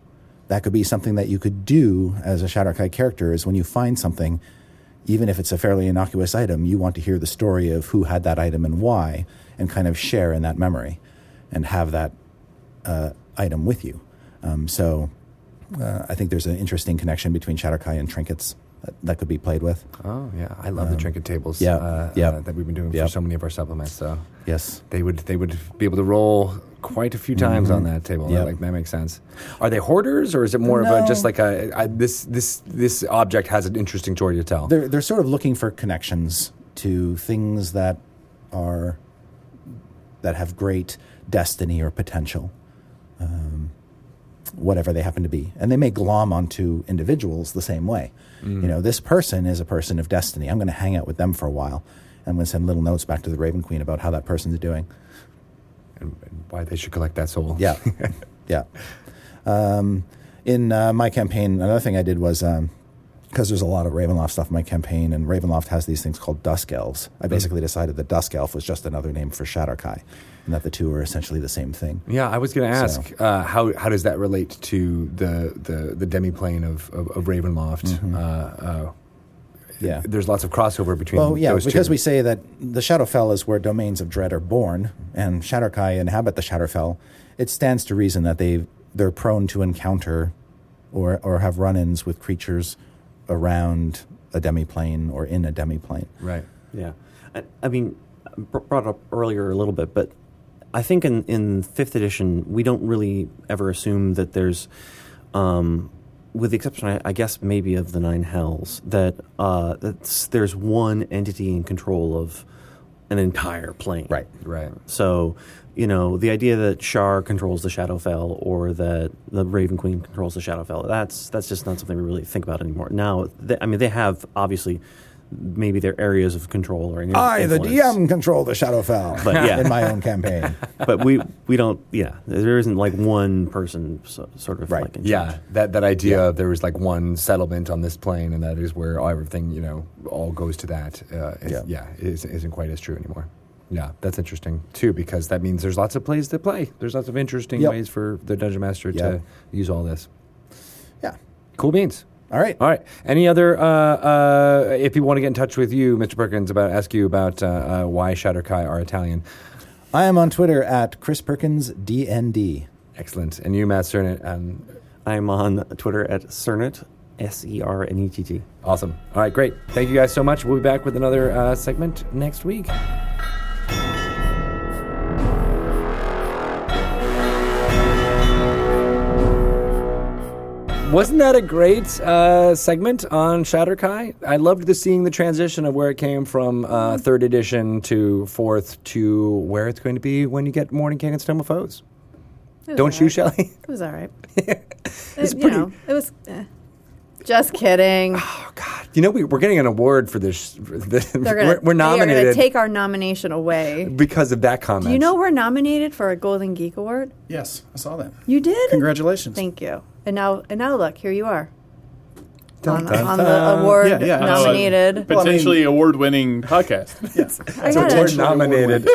Speaker 5: that could be something that you could do as a Shatterkai character is when you find something, even if it's a fairly innocuous item, you want to hear the story of who had that item and why, and kind of share in that memory and have that uh, item with you. Um, so uh, I think there's an interesting connection between Shatterkai and trinkets that, that could be played with.
Speaker 1: Oh yeah, I love the trinket tables.
Speaker 5: yeah,
Speaker 1: uh,
Speaker 5: yeah.
Speaker 1: uh, that we've been doing
Speaker 5: Yeah.
Speaker 1: for so many of our supplements. So
Speaker 5: Yes.
Speaker 1: they would they would be able to roll quite a few
Speaker 5: Mm-hmm.
Speaker 1: times on that table.
Speaker 5: Yeah.
Speaker 1: That, like that makes sense. Are they hoarders or is it more of a just
Speaker 5: No.
Speaker 1: like a I, this this this object has an interesting story to tell?
Speaker 5: They're, they're sort of looking for connections to things that are that have great destiny or potential, um, whatever they happen to be, and they may glom onto individuals the same way. You know, this person is a person of destiny. I'm going to hang out with them for a while. I'm going to send little notes back to the Raven Queen about how that person's doing.
Speaker 1: and, and why they should collect that soul?
Speaker 5: Yeah, yeah. Um, in uh, my campaign, another thing I did was because there's a lot of Ravenloft stuff in my campaign, and Ravenloft has these things called Dusk Elves. I basically decided that Dusk Elf was just another name for Shatterkai, and that the two are essentially the same thing.
Speaker 1: Yeah, I was going to ask uh, how how does that relate
Speaker 5: Mm-hmm.
Speaker 1: to the the, the demiplane of of, of Ravenloft? Uh, uh,
Speaker 5: Yeah.
Speaker 1: there's lots of crossover between.
Speaker 5: Well, yeah,
Speaker 1: those
Speaker 5: because
Speaker 1: two.
Speaker 5: we say that the Shadowfell is where domains of dread are born, and Shadowkai inhabit the Shadowfell. It stands to reason that they they're prone to encounter, or or have run-ins with creatures around a demiplane or in a demiplane.
Speaker 1: right.
Speaker 6: Yeah, I, I mean, br- brought up earlier a little bit, but I think in in fifth edition we don't really ever assume that there's, um, with the exception, I, I guess, maybe of the nine hells, that uh, that's, there's one entity in control of an entire plane.
Speaker 5: Right.
Speaker 1: Right.
Speaker 6: So, you know, the idea that Shar controls the Shadowfell or that the Raven Queen controls the Shadowfell, that's that's just not something we really think about anymore. Now, they, I mean, they have obviously maybe their areas of control or
Speaker 5: I, the
Speaker 6: influence.
Speaker 5: DM, control the Shadowfell
Speaker 6: But, yeah.
Speaker 5: in my own campaign.
Speaker 6: but we we don't. Yeah, there isn't like one person so, sort of
Speaker 5: Right.
Speaker 6: like in
Speaker 1: Yeah,
Speaker 6: charge.
Speaker 1: that that idea of there was like one settlement on this plane, and that is where everything you know all goes to that. Uh, yeah,
Speaker 5: Yeah.
Speaker 1: yeah it is- isn't quite as true anymore. Yeah, that's interesting too because that means there's lots of plays to play. There's lots of interesting
Speaker 5: Yep.
Speaker 1: ways for the dungeon master to
Speaker 5: Yep.
Speaker 1: use all this.
Speaker 5: Yeah.
Speaker 1: Cool beans.
Speaker 5: All right.
Speaker 1: All right. Any other? Uh, uh, if people want to get in touch with you, Mr. Perkins, about ask you about uh, uh, why Shatterkai are Italian.
Speaker 5: I am on Twitter at Chris Perkins DND.
Speaker 1: Excellent. And you, Matt Cernan, um,
Speaker 6: I'm on Twitter at Cernit, S E R N E T T.
Speaker 1: awesome. All right, great. Thank you guys so much. We'll be back with another uh, segment next week. Wasn't that a great uh, segment on Shatterkai? I loved the seeing the transition of where it came from uh, third edition to fourth to where it's going to be when you get Morning King and Stone of Foes.
Speaker 2: It was
Speaker 1: Don't
Speaker 2: all
Speaker 1: you,
Speaker 2: right.
Speaker 1: Shelley?
Speaker 2: It was all right.
Speaker 1: It's
Speaker 2: it, you
Speaker 1: pretty-
Speaker 2: know, it was. eh. Just kidding.
Speaker 1: You know, we, we're getting an award for this. For this.
Speaker 2: They're gonna,
Speaker 1: we're, we're
Speaker 2: They are
Speaker 1: nominated
Speaker 2: gonna take our nomination away.
Speaker 1: because of that comment.
Speaker 2: Do you know we're nominated for a Golden Geek Award?
Speaker 4: Yes, I saw that.
Speaker 2: You did.
Speaker 4: Congratulations.
Speaker 2: Thank you. And now, and now, look, here you are
Speaker 1: Dun,
Speaker 2: on,
Speaker 1: dun,
Speaker 2: on the award
Speaker 4: Yeah, yeah, I know.
Speaker 2: nominated.
Speaker 4: Well, I mean-
Speaker 3: Potentially award-winning podcast.
Speaker 2: I
Speaker 1: So
Speaker 2: got
Speaker 1: we're
Speaker 2: it.
Speaker 1: nominated.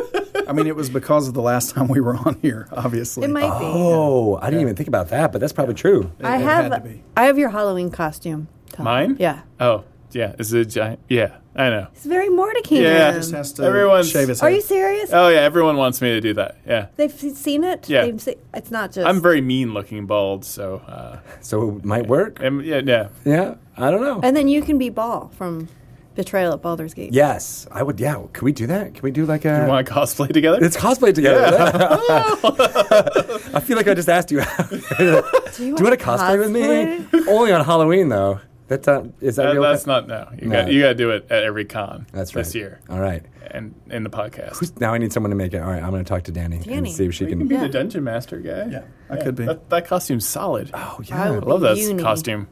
Speaker 4: I mean, it was because of the last time we were on here, obviously.
Speaker 2: It might
Speaker 1: Oh, I didn't even think about that, but that's probably true.
Speaker 2: be. I
Speaker 4: it
Speaker 2: have.
Speaker 4: had to be.
Speaker 2: I have your Halloween costume. Tom.
Speaker 3: Mine?
Speaker 2: Yeah.
Speaker 3: Oh, yeah. Is it a giant? Yeah, I know.
Speaker 2: It's very Mordecai.
Speaker 3: Yeah.
Speaker 4: Just has to
Speaker 3: Everyone's-
Speaker 4: shave his
Speaker 2: Are
Speaker 4: head.
Speaker 2: you serious?
Speaker 3: Oh yeah, everyone wants me to do that. Yeah.
Speaker 2: They've seen it.
Speaker 3: Yeah.
Speaker 2: They've se- it's not just.
Speaker 3: I'm very mean-looking bald, so uh,
Speaker 1: So it might work.
Speaker 3: am- yeah, yeah.
Speaker 1: Yeah, I don't know.
Speaker 2: and then you can be Ball from Betrayal at Baldur's Gate.
Speaker 1: Yes, I would. Yeah, can we do that? Can we do like
Speaker 3: You
Speaker 1: a?
Speaker 3: want to cosplay together?
Speaker 1: It's cosplay together. I feel like I just asked you. do you want,
Speaker 2: Do you,
Speaker 1: to cosplay, with me? Only on Halloween though. That's not. Is that,
Speaker 3: That-
Speaker 1: real?
Speaker 3: that's not no. You got you got to do it at every con.
Speaker 1: That's right.
Speaker 3: this year
Speaker 1: All right.
Speaker 3: and in the podcast.
Speaker 1: Now I need someone to make it. All right, I'm going to talk to Danny,
Speaker 2: Danny.
Speaker 1: and see if she
Speaker 3: you
Speaker 1: can.
Speaker 3: can be
Speaker 2: Yeah.
Speaker 3: the dungeon master guy.
Speaker 4: Yeah, I could be.
Speaker 3: That, that costume's solid. Oh yeah,
Speaker 2: I
Speaker 3: I,
Speaker 2: would
Speaker 3: love
Speaker 2: be
Speaker 3: that
Speaker 2: uni.
Speaker 3: costume.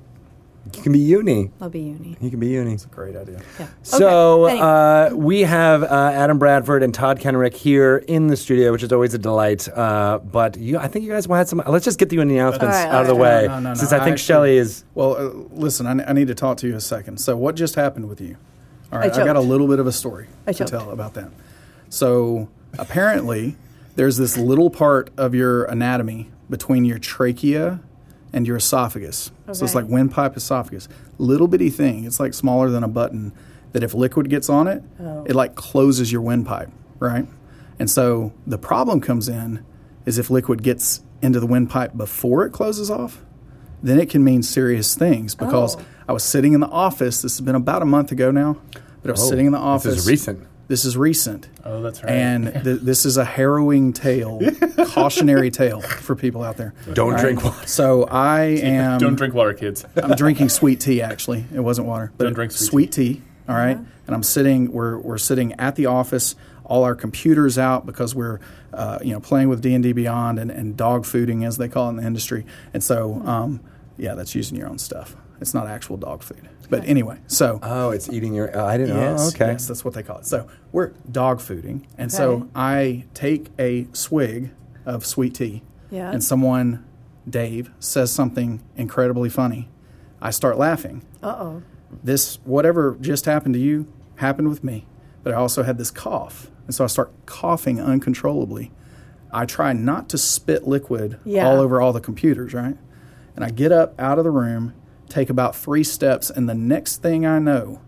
Speaker 1: You can be uni.
Speaker 2: I'll be Uni.
Speaker 1: You can be uni.
Speaker 4: Great idea.
Speaker 1: So
Speaker 2: Okay,
Speaker 1: uh, we have uh, Adam Bradford and Todd Kenrick here in the studio, which is always a delight. Uh, but you, I think you guys had some. Let's just get the announcements
Speaker 2: All right,
Speaker 1: out of the
Speaker 2: all
Speaker 1: way,
Speaker 2: right.
Speaker 4: No, no, no,
Speaker 1: since
Speaker 4: no,
Speaker 1: I think
Speaker 4: I actually-
Speaker 1: Shelley is.
Speaker 4: Well, uh, listen, I, I need to talk to you a second. So, what just happened with you? All right,
Speaker 2: I
Speaker 4: I have got a
Speaker 2: choked.
Speaker 4: little bit of a story
Speaker 2: I
Speaker 4: to
Speaker 2: choked.
Speaker 4: tell about that. So, apparently, there's this little part of your anatomy between your trachea and your esophagus. So, it's
Speaker 2: Okay.
Speaker 4: like windpipe esophagus. Little bitty thing. It's like smaller than a button that if liquid gets on it,
Speaker 3: Oh.
Speaker 4: it like closes your windpipe, right? And so, the problem comes in is if liquid gets into the windpipe before it closes off, then it can mean serious things
Speaker 3: Oh.
Speaker 4: because I was sitting in the office. This has been about a month ago now, but I was sitting in the
Speaker 1: Oh, this is
Speaker 4: office.
Speaker 1: recent.
Speaker 4: This is recent.
Speaker 3: Oh, that's right.
Speaker 4: And th- this is a harrowing tale, cautionary tale for people out there.
Speaker 1: Don't
Speaker 4: All
Speaker 1: drink water.
Speaker 4: So I am.
Speaker 3: Don't drink water, kids.
Speaker 4: I'm drinking sweet tea. Actually, it wasn't water, but
Speaker 3: Don't drink sweet
Speaker 4: tea. All right? and I'm sitting. We're we're sitting at the office. All our computers out because we're uh, you know playing with D and D Beyond and, and dog fooding as they call it in the industry. And so um, yeah, that's using your own stuff. It's not actual dog food. But anyway, so
Speaker 3: Uh,
Speaker 1: Oh, it's eating your. Oh, I didn't know.
Speaker 4: Yes,
Speaker 1: Oh, okay.
Speaker 4: yes, that's what they call it. So we're dog fooding, and so I take a swig of sweet tea,
Speaker 2: Yeah.
Speaker 4: and someone, Dave, says something incredibly funny. I start laughing.
Speaker 2: Uh oh.
Speaker 4: This whatever just happened to you happened with me, but I also had this cough, and so I start coughing uncontrollably. I try not to spit liquid
Speaker 2: Yeah.
Speaker 4: all over all the computers, right? And I get up out of the room, take about three steps, and the next thing I know,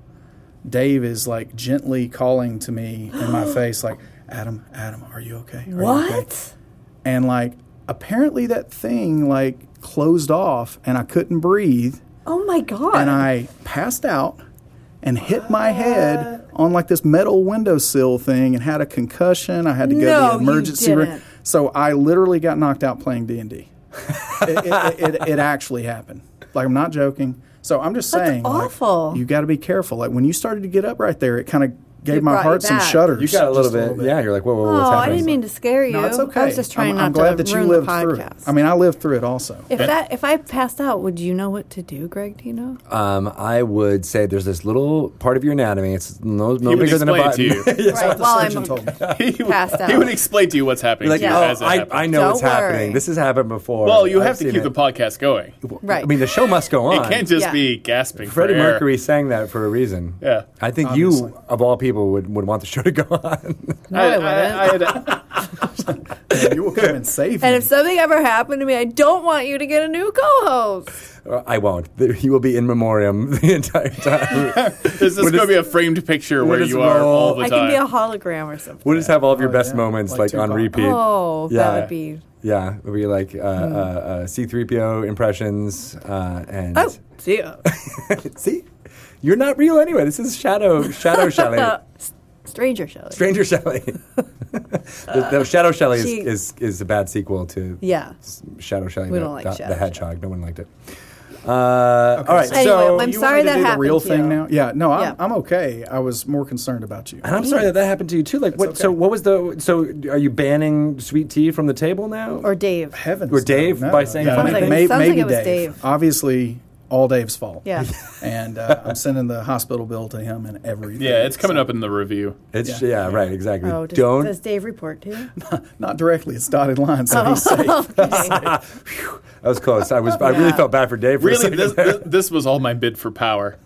Speaker 4: Dave is like gently calling to me in my face, like, Adam, Adam, are you okay? Are you okay?"
Speaker 2: What?
Speaker 4: And like, apparently that thing like closed off and I couldn't breathe
Speaker 2: Oh my god!
Speaker 4: and I passed out and hit my head on like this metal windowsill thing and had a concussion. I had to go
Speaker 2: No,
Speaker 4: to
Speaker 2: you
Speaker 4: the emergency room.
Speaker 2: didn't.
Speaker 4: So I literally got knocked out playing D and D. It it- it actually happened. Like I'm not joking. So I'm just
Speaker 2: That's
Speaker 4: saying, like,
Speaker 2: awful.
Speaker 4: you got to be careful. Like when you started to get up right there, it kind of gave
Speaker 2: It
Speaker 4: my
Speaker 2: brought you
Speaker 4: heart some
Speaker 2: back.
Speaker 4: shudders.
Speaker 1: You got a little,
Speaker 4: Just
Speaker 1: bit, Yeah, you're like, whoa, whoa, whoa, what's
Speaker 2: oh, I
Speaker 1: happening?
Speaker 2: didn't mean to scare you.
Speaker 4: No, it's okay.
Speaker 2: I was just trying
Speaker 4: I'm,
Speaker 2: not
Speaker 4: I'm
Speaker 2: to
Speaker 4: glad that you
Speaker 2: ruin
Speaker 4: lived
Speaker 2: the
Speaker 4: through
Speaker 2: podcast.
Speaker 4: it. I mean, I lived through it also.
Speaker 2: if that if I passed out, would you know what to do, Greg? Do you know?
Speaker 4: Uh,
Speaker 1: um, I would say there's this little part of your anatomy. It's no, no
Speaker 3: would
Speaker 1: bigger than a
Speaker 3: explain it
Speaker 1: button.
Speaker 3: to you.
Speaker 2: right. Well, I'm
Speaker 4: told me.
Speaker 3: he, would-
Speaker 2: Passed out.
Speaker 3: he would explain to you what's happening.
Speaker 1: like,
Speaker 3: to you
Speaker 2: Yeah.
Speaker 1: oh,
Speaker 3: as it
Speaker 1: I,
Speaker 3: happens.
Speaker 1: I know
Speaker 2: Don't
Speaker 1: what's
Speaker 2: worry.
Speaker 1: happening. This has happened before.
Speaker 3: Well, you
Speaker 1: I've
Speaker 3: have to
Speaker 1: seen
Speaker 3: keep
Speaker 1: it.
Speaker 3: the podcast going.
Speaker 2: Right.
Speaker 1: I mean, the show must go on.
Speaker 3: It can't just
Speaker 2: Yeah.
Speaker 3: be gasping.
Speaker 1: Freddie
Speaker 3: for air.
Speaker 1: Mercury sang that for a reason.
Speaker 3: Yeah,
Speaker 1: I think
Speaker 4: obviously.
Speaker 1: you, of all people, would, would want the show to go on.
Speaker 2: no, I, wouldn't.
Speaker 3: I, I, I,
Speaker 4: Man, you will come and save me.
Speaker 2: and if something ever happened to me, I don't want you to get a new co-host.
Speaker 1: Uh, I won't. There- He will be in memoriam the entire time.
Speaker 3: there's going to be a framed picture
Speaker 1: we'll
Speaker 3: where
Speaker 1: just
Speaker 3: you are
Speaker 1: roll.
Speaker 3: all the
Speaker 2: I
Speaker 3: time.
Speaker 2: can be a hologram or something.
Speaker 1: we'll just have all of your
Speaker 4: Oh,
Speaker 1: best
Speaker 4: yeah.
Speaker 1: moments like,
Speaker 4: Like
Speaker 1: on
Speaker 4: Tupac.
Speaker 1: repeat.
Speaker 2: Oh,
Speaker 1: Yeah.
Speaker 2: that would be. Mm.
Speaker 1: Yeah, it'll be like uh, uh, uh, C-3PO impressions uh, and
Speaker 2: Oh, dear.
Speaker 1: see, you're not real anyway. This is Shadow Shadow Shelley,
Speaker 2: Stranger Shelley.
Speaker 1: Stranger Shelley. The- no, Shadow Shelley
Speaker 2: she-
Speaker 1: is, is is a bad sequel to
Speaker 2: yeah.
Speaker 1: S- Shadow Shelley.
Speaker 2: We
Speaker 1: the,
Speaker 2: don't like
Speaker 1: the, the
Speaker 2: Shadow
Speaker 1: Hedgehog. No one liked it. Uh, all right,
Speaker 4: so-
Speaker 1: so
Speaker 2: Anyway, I'm
Speaker 4: you
Speaker 2: sorry
Speaker 4: want me to
Speaker 2: that
Speaker 4: do
Speaker 2: happened
Speaker 4: The real
Speaker 2: to
Speaker 4: thing
Speaker 2: you.
Speaker 4: now. Yeah, no, I'm,
Speaker 2: Yeah.
Speaker 4: I'm okay. I was more concerned about you.
Speaker 1: And I'm sorry that that happened to you too. Like, what? So, what was the? So, are you banning sweet tea from the table now?
Speaker 2: Or Dave.
Speaker 4: Heavens,
Speaker 1: Or Dave
Speaker 4: no, no.
Speaker 1: by saying
Speaker 4: Yeah,
Speaker 2: Sounds
Speaker 4: may-
Speaker 2: like-
Speaker 4: may-
Speaker 2: sounds like
Speaker 4: maybe
Speaker 2: it was
Speaker 4: Dave.
Speaker 2: Dave.
Speaker 4: Obviously, all Dave's fault.
Speaker 2: Yeah.
Speaker 4: and uh, I'm sending the hospital bill to him and everything.
Speaker 3: yeah, it's coming up in the review.
Speaker 1: It's yeah, right, exactly.
Speaker 2: Oh, does,
Speaker 1: Don't
Speaker 2: does Dave report to you?
Speaker 4: Not directly. It's dotted line, so
Speaker 2: Oh.
Speaker 4: he's safe.
Speaker 2: Okay.
Speaker 1: I was close. I was. I really
Speaker 2: Yeah.
Speaker 1: felt bad for Dave. For a
Speaker 3: Really,
Speaker 1: second.
Speaker 3: this, this, this was all my bid for power.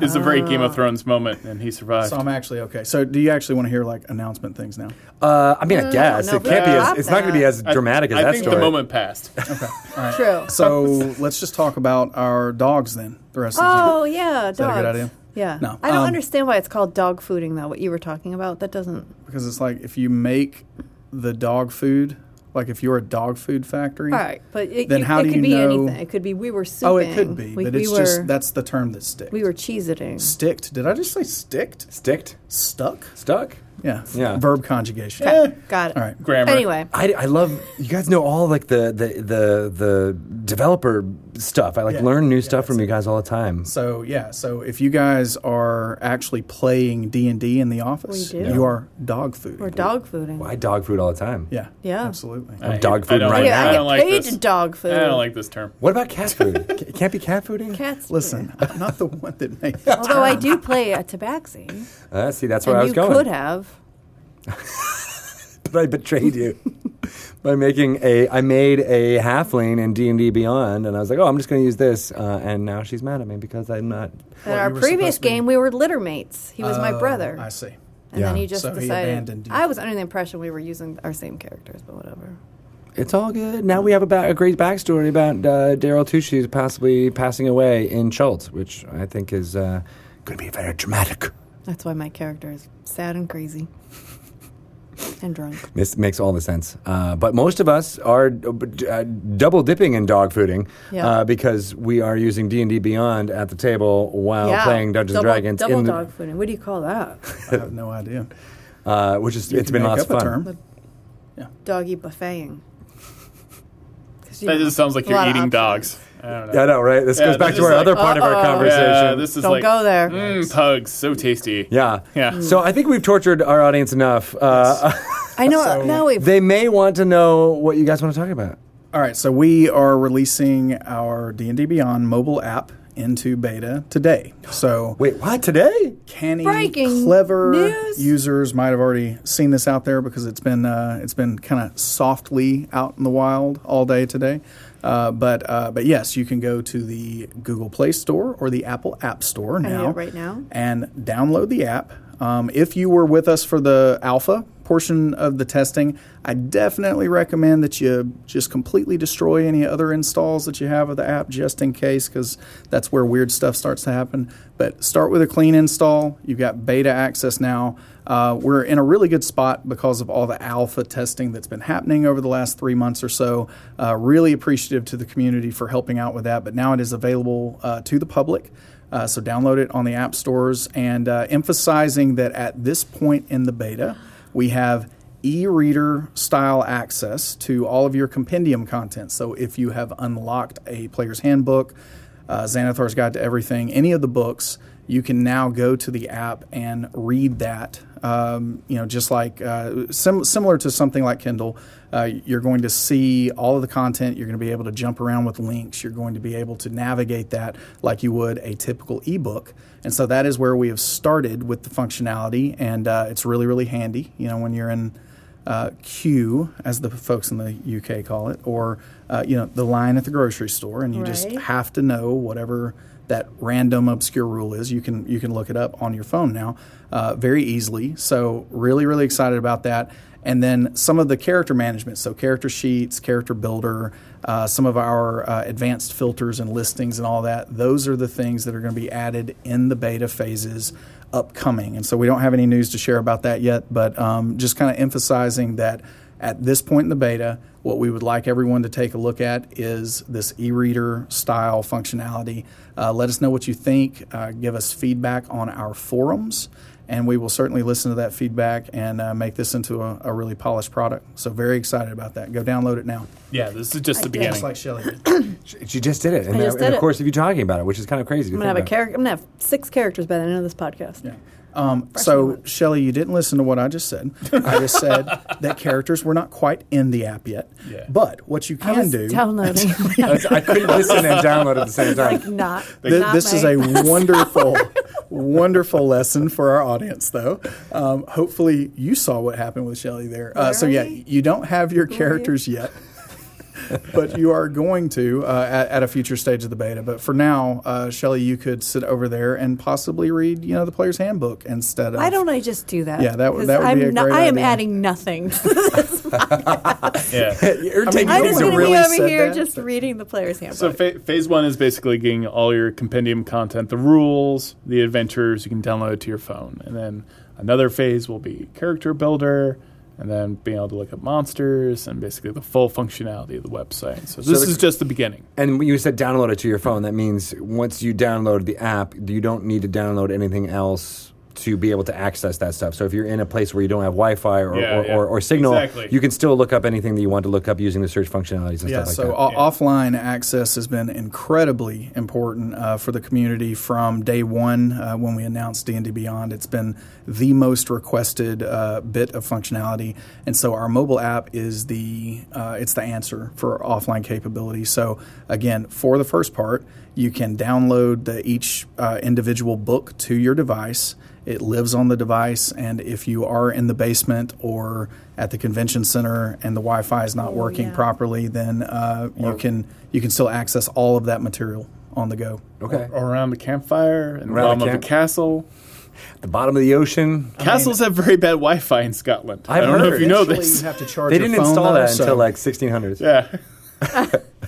Speaker 3: it's a very Game of Thrones moment, and he survived.
Speaker 4: So I'm actually okay. So do you actually want to hear like announcement things now?
Speaker 1: Uh, I mean, I guess
Speaker 2: no,
Speaker 1: it can't be.
Speaker 2: but
Speaker 1: As,
Speaker 2: stop
Speaker 1: it's not going to be
Speaker 2: that.
Speaker 1: as dramatic as
Speaker 3: I
Speaker 1: that
Speaker 3: think
Speaker 1: story.
Speaker 3: the moment passed.
Speaker 2: True.
Speaker 4: So let's just talk about our dogs then. The rest of the
Speaker 2: Oh yeah, dogs.
Speaker 4: that a good idea?
Speaker 2: Yeah.
Speaker 4: No,
Speaker 2: I don't
Speaker 4: um,
Speaker 2: understand why it's called dog fooding though. What you were talking about that doesn't.
Speaker 4: because it's like if you make the dog food, like if you're a dog food factory.
Speaker 2: All right, but it,
Speaker 4: Then
Speaker 2: you-
Speaker 4: how
Speaker 2: it
Speaker 4: do
Speaker 2: could
Speaker 4: you
Speaker 2: be
Speaker 4: know-
Speaker 2: anything. It could be we were souping.
Speaker 4: Oh, it could be,
Speaker 2: We,
Speaker 4: but
Speaker 2: we
Speaker 4: it's
Speaker 2: were,
Speaker 4: just that's the term that sticks.
Speaker 2: we were cheese eating.
Speaker 4: sticked. Did I just say sticked?
Speaker 1: Sticked,
Speaker 4: Stuck?
Speaker 1: stuck.
Speaker 4: Yeah.
Speaker 1: Yeah.
Speaker 4: Verb conjugation. Eh.
Speaker 2: Got it.
Speaker 4: All right.
Speaker 3: Grammar.
Speaker 2: Anyway,
Speaker 1: I, I love you guys know all like the the the, the developer stuff. I like
Speaker 4: Yeah.
Speaker 1: learn new
Speaker 4: Yeah,
Speaker 1: stuff from you guys all the time.
Speaker 4: So yeah, so if you guys are actually playing D and D in the office,
Speaker 2: We do.
Speaker 4: you are dog food.
Speaker 2: we're dog fooding.
Speaker 1: I dog food all the time.
Speaker 4: Yeah.
Speaker 2: Yeah.
Speaker 4: Absolutely.
Speaker 3: I hate-
Speaker 1: dog
Speaker 3: I
Speaker 1: food
Speaker 3: don't
Speaker 1: right
Speaker 3: like-
Speaker 2: Yeah,
Speaker 1: now.
Speaker 2: I,
Speaker 3: I
Speaker 2: get
Speaker 3: don't like
Speaker 2: paid
Speaker 3: this.
Speaker 2: to dog food.
Speaker 3: I don't like this term.
Speaker 1: What about cat food? C- it can't be cat fooding.
Speaker 2: cats.
Speaker 4: Listen, I'm not the one that made.
Speaker 2: Although I do play a tabaxi,
Speaker 1: Uh, see, that's where I
Speaker 2: and
Speaker 1: was
Speaker 2: you
Speaker 1: going.
Speaker 2: could have.
Speaker 1: but I betrayed you by making a. I made a halfling in D and D Beyond, and I was like, "Oh, I'm just going to use this," uh, and now she's mad at me because I'm not.
Speaker 2: In
Speaker 4: Well,
Speaker 2: our
Speaker 4: you were
Speaker 2: previous
Speaker 4: supposed to be-
Speaker 2: game, we were litter mates. He was my
Speaker 4: Oh,
Speaker 2: brother,
Speaker 4: I see.
Speaker 2: and then
Speaker 1: Yeah.
Speaker 2: he just
Speaker 4: So he abandoned
Speaker 2: decided.
Speaker 4: you.
Speaker 2: I was under the impression we were using our same characters, but whatever.
Speaker 1: It's all good. Now we have a, ba- a great backstory about uh, Daryl Tushy possibly passing away in Schultz, which I think is uh, going to be very dramatic.
Speaker 2: That's why my character is sad and crazy and drunk.
Speaker 1: This makes all the sense. Uh, but most of us are uh, d- uh, double dipping in dog fooding
Speaker 2: Yeah.
Speaker 1: uh, because we are using D and D Beyond at the table
Speaker 4: Oh,
Speaker 1: while playing Dungeons
Speaker 2: double,
Speaker 1: and Dragons,
Speaker 2: Double
Speaker 1: in the-
Speaker 2: dog food. What do you call that?
Speaker 4: I have no idea.
Speaker 1: uh, which is it's
Speaker 4: You
Speaker 1: been
Speaker 4: make
Speaker 1: lots
Speaker 4: up
Speaker 1: of fun.
Speaker 4: a term.
Speaker 2: Doggy buffeting. 'Cause you
Speaker 3: That
Speaker 2: know,
Speaker 3: just sounds like
Speaker 2: a
Speaker 3: you're
Speaker 2: lot of
Speaker 3: eating
Speaker 2: options.
Speaker 3: dogs. I don't know.
Speaker 1: Yeah, I know, right? This
Speaker 3: Yeah,
Speaker 1: goes back
Speaker 3: this
Speaker 1: to our
Speaker 3: is like-
Speaker 1: other part of our
Speaker 2: Uh-oh.
Speaker 1: conversation.
Speaker 3: Yeah, this is
Speaker 2: Don't
Speaker 3: like
Speaker 2: go there.
Speaker 3: Mm, pugs, so tasty.
Speaker 1: yeah.
Speaker 3: Yeah.
Speaker 1: So I think we've tortured our audience enough. Uh,
Speaker 2: I know. now we've.
Speaker 1: they may want to know what you guys want to talk about.
Speaker 4: All right, so we are releasing our D and D Beyond mobile app into beta today. So
Speaker 1: Wait, what? Today?
Speaker 4: canny,
Speaker 2: Breaking
Speaker 4: clever
Speaker 2: news.
Speaker 4: users might have already seen this out there because it's been uh, it's been kind of softly out in the wild all day today. Uh, but uh, but yes, you can go to the Google Play Store or the Apple App Store
Speaker 2: need
Speaker 4: now,
Speaker 2: it right now.
Speaker 4: and download the app. Um, if you were with us for the alpha portion of the testing, I definitely recommend that you just completely destroy any other installs that you have of the app just in case, because that's where weird stuff starts to happen. But start with a clean install. You've got beta access now. Uh, we're in a really good spot because of all the alpha testing that's been happening over the last three months or so. Uh, really appreciative to the community for helping out with that. But now it is available uh, to the public. Uh, so download it on the app stores and uh, emphasizing that at this point in the beta, we have e-reader style access to all of your compendium content. So if you have unlocked a player's handbook, uh, Xanathar's Guide to Everything, any of the books, you can now go to the app and read that. Um, you know, just like uh, sim- similar to something like Kindle, uh, you're going to see all of the content. You're going to be able to jump around with links. You're going to be able to navigate that like you would a typical ebook. And so that is where we have started with the functionality, and uh, it's really, really handy. You know, when you're in uh, queue, as the folks in the UK call it, or uh, you know, the line at the grocery store, and you just
Speaker 2: Right.
Speaker 4: have to know whatever that random obscure rule is. You can you can look it up on your phone now, uh, very easily. So really really excited about that. And then some of the character management, so character sheets, character builder, uh, some of our uh, advanced filters and listings and all that. Those are the things that are going to be added in the beta phases upcoming. And so we don't have any news to share about that yet, but um, just kind of emphasizing that at this point in the beta, what we would like everyone to take a look at is this e reader style functionality. Uh, let us know what you think, uh, give us feedback on our forums, and we will certainly listen to that feedback and uh, make this into a, a really polished product. So, very excited about that. Go download it now.
Speaker 3: Yeah, this is just the
Speaker 4: Just
Speaker 3: beginning.
Speaker 4: like Shelly.
Speaker 1: She, she just did it, and,
Speaker 2: I
Speaker 1: that-
Speaker 2: just
Speaker 1: and
Speaker 2: did
Speaker 1: of
Speaker 2: it.
Speaker 1: course, if you're talking about it, which is kind of crazy. to
Speaker 2: I'm gonna have
Speaker 1: think
Speaker 2: a
Speaker 1: about.
Speaker 2: character. I'm gonna have six characters by the end of this podcast.
Speaker 4: Um, so, Shelly, you didn't listen to what I just said. I just said that characters were not quite in the app yet.
Speaker 3: Yeah.
Speaker 4: But what you
Speaker 2: I
Speaker 4: can
Speaker 2: was
Speaker 4: do.
Speaker 2: downloading.
Speaker 1: I couldn't listen and download at the same time.
Speaker 2: like not.
Speaker 4: Th-
Speaker 2: not
Speaker 4: this is
Speaker 2: my-
Speaker 4: a wonderful, wonderful lesson for our audience, though. Um, hopefully, you saw what happened with Shelly there. Uh, so, yeah,
Speaker 2: Literally?
Speaker 4: you don't have your characters yet, but you are going to uh, at, at a future stage of the beta. But for now, uh, Shelly, you could sit over there and possibly read, you know, the player's handbook instead of.
Speaker 2: Why don't I just do that?
Speaker 4: Yeah, that would-
Speaker 2: 'Cause
Speaker 4: that would
Speaker 2: I'm
Speaker 4: be a
Speaker 2: not-
Speaker 4: great
Speaker 2: I am
Speaker 4: idea.
Speaker 2: adding nothing.
Speaker 3: Yeah.
Speaker 1: You're taking
Speaker 2: I'm
Speaker 4: Nobody
Speaker 2: just
Speaker 1: over.
Speaker 2: going to
Speaker 4: really
Speaker 2: be
Speaker 4: said
Speaker 2: over here
Speaker 4: that.
Speaker 2: just reading the player's handbook.
Speaker 3: So fa- phase one is basically getting all your compendium content, the rules, the adventures. You can download it to your phone, and then another phase will be character builder, and then being able to look at monsters and basically the full functionality of the website. So this
Speaker 1: the-
Speaker 3: is just the beginning.
Speaker 1: And when you said download it to your phone, that means once you download the app, you don't need to download anything else to be able to access that stuff. So if you're in a place where you don't have Wi-Fi or,
Speaker 3: Yeah,
Speaker 1: or,
Speaker 3: yeah.
Speaker 1: or, or signal,
Speaker 3: Exactly.
Speaker 1: you can still look up anything that you want to look up using the search functionalities and
Speaker 4: Yeah,
Speaker 1: stuff like
Speaker 4: so
Speaker 1: that.
Speaker 4: o- offline access has been incredibly important uh, for the community from day one uh, when we announced D&D Beyond. It's been the most requested uh, bit of functionality, and so our mobile app is the uh, it's the answer for offline capability. So again, for the first part, you can download the, each uh, individual book to your device. It lives on the device, and if you are in the basement or at the convention center and the Wi-Fi is not working
Speaker 2: yeah.
Speaker 4: properly, then uh, you can you can still access all of that material on the go.
Speaker 1: okay.
Speaker 3: Or around the campfire and
Speaker 1: Around
Speaker 3: around
Speaker 1: the
Speaker 3: the,
Speaker 1: camp-
Speaker 3: castle.
Speaker 1: The bottom of the ocean.
Speaker 3: Castles have very bad Wi-Fi in Scotland.
Speaker 1: I've
Speaker 3: I do not know
Speaker 1: heard.
Speaker 3: if you know
Speaker 4: Eventually,
Speaker 3: this.
Speaker 4: You have to charge
Speaker 1: They
Speaker 4: your
Speaker 1: didn't
Speaker 4: phone,
Speaker 1: install
Speaker 4: though,
Speaker 1: that
Speaker 4: so-
Speaker 1: until like 1600s.
Speaker 3: yeah.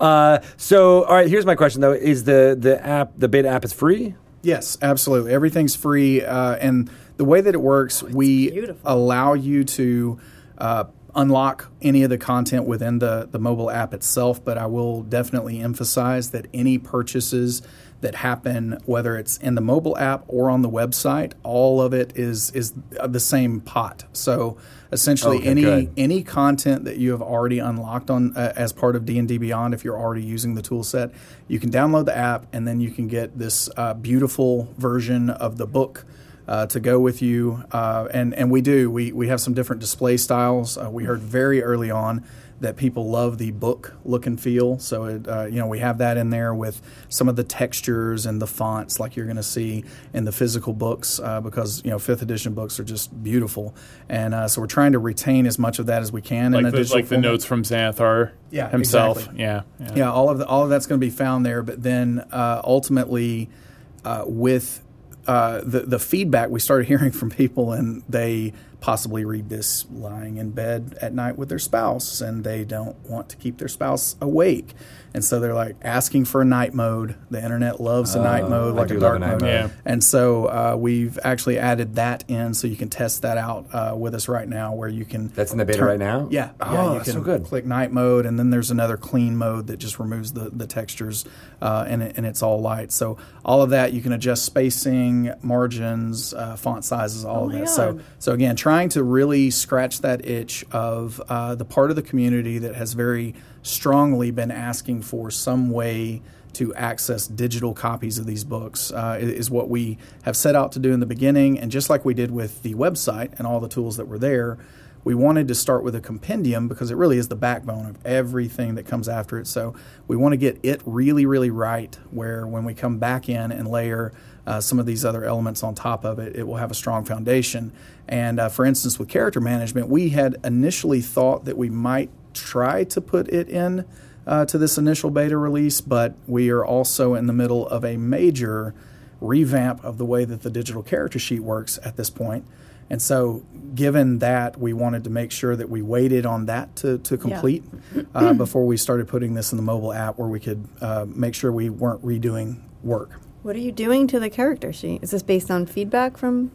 Speaker 1: Uh, so, all right, here's my question though: Is the the app the beta app is free?
Speaker 4: Yes, absolutely. Everything's free, uh, and the way that it works, we
Speaker 2: beautiful.
Speaker 4: allow you to uh, unlock any of the content within the the mobile app itself. But I will definitely emphasize that any purchases that happen, whether it's in the mobile app or on the website, all of it is is the same pot. So essentially,
Speaker 1: Okay,
Speaker 4: any
Speaker 1: good.
Speaker 4: any content that you have already unlocked on uh, as part of D&D Beyond if you're already using the tool set you can download the app and then you can get this uh, beautiful version of the book uh, to go with you uh, and and we do we we have some different display styles uh, we heard very early on that people love the book look and feel so it uh, you know we have that in there with some of the textures and the fonts like you're going to see in the physical books uh, because you know fifth edition books are just beautiful and uh, so we're trying to retain as much of that as we can in
Speaker 3: like
Speaker 4: a
Speaker 3: the,
Speaker 4: digital
Speaker 3: like the
Speaker 4: format.
Speaker 3: notes from Xanathar
Speaker 4: Yeah,
Speaker 3: himself.
Speaker 4: exactly.
Speaker 3: Yeah, yeah.
Speaker 4: yeah all of the, all of that's going to be found there but then uh, ultimately uh, with uh, the the feedback we started hearing from people, and they possibly read this lying in bed at night with their spouse, and they don't want to keep their spouse awake, and so they're like asking for a night mode. The internet loves a night mode,
Speaker 1: Oh, I
Speaker 4: like
Speaker 1: do
Speaker 4: a
Speaker 1: love
Speaker 4: dark
Speaker 1: a night
Speaker 4: mode,
Speaker 1: mode.
Speaker 3: Yeah.
Speaker 4: and so uh, we've actually added that in, so you can test that out uh, with us right now, where you can.
Speaker 1: That's in the beta
Speaker 4: turn-
Speaker 1: right now?
Speaker 4: Yeah,
Speaker 1: Oh,
Speaker 4: yeah,
Speaker 1: that's so good.
Speaker 4: Click night mode, and then there's another clean mode that just removes the the textures, uh, and it, and it's all light. So all of that you can adjust spacing, margins, uh, font sizes, all of
Speaker 2: Oh my
Speaker 4: that. So
Speaker 2: God.
Speaker 4: so again, trying to really scratch that itch of uh, the part of the community that has very strongly been asking for some way to access digital copies of these books uh, i- is what we have set out to do in the beginning. And just like we did with the website and all the tools that were there, we wanted to start with a compendium because it really is the backbone of everything that comes after it. So we want to get it really, really right, where when we come back in and layer uh, some of these other elements on top of it, it will have a strong foundation. And uh, for instance, with character management, we had initially thought that we might try to put it in uh, to this initial beta release, but we are also in the middle of a major revamp of the way that the digital character sheet works at this point. And so, given that, we wanted to make sure that we waited on that to, to complete uh, before we started putting this in the mobile app where we could uh, make sure we weren't redoing work.
Speaker 2: What are you doing to the character sheet? Is this based on feedback from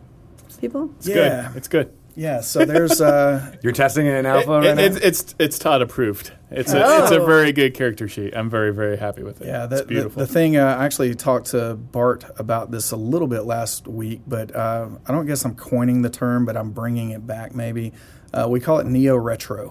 Speaker 2: people?
Speaker 3: It's good. It's good.
Speaker 4: Yeah. So, there's. Uh,
Speaker 1: You're testing it in alpha
Speaker 3: It-
Speaker 1: right
Speaker 3: it-
Speaker 1: now.
Speaker 3: it's, it's it's Todd approved. It's a it's a very good character sheet. I'm very very happy with it.
Speaker 4: Oh. Yeah,
Speaker 3: that's
Speaker 4: the, the,
Speaker 3: beautiful.
Speaker 4: the thing uh, I actually talked to Bart about this a little bit last week, but uh, I don't guess I'm coining the term, but I'm bringing it back. Maybe uh, we call it neo retro.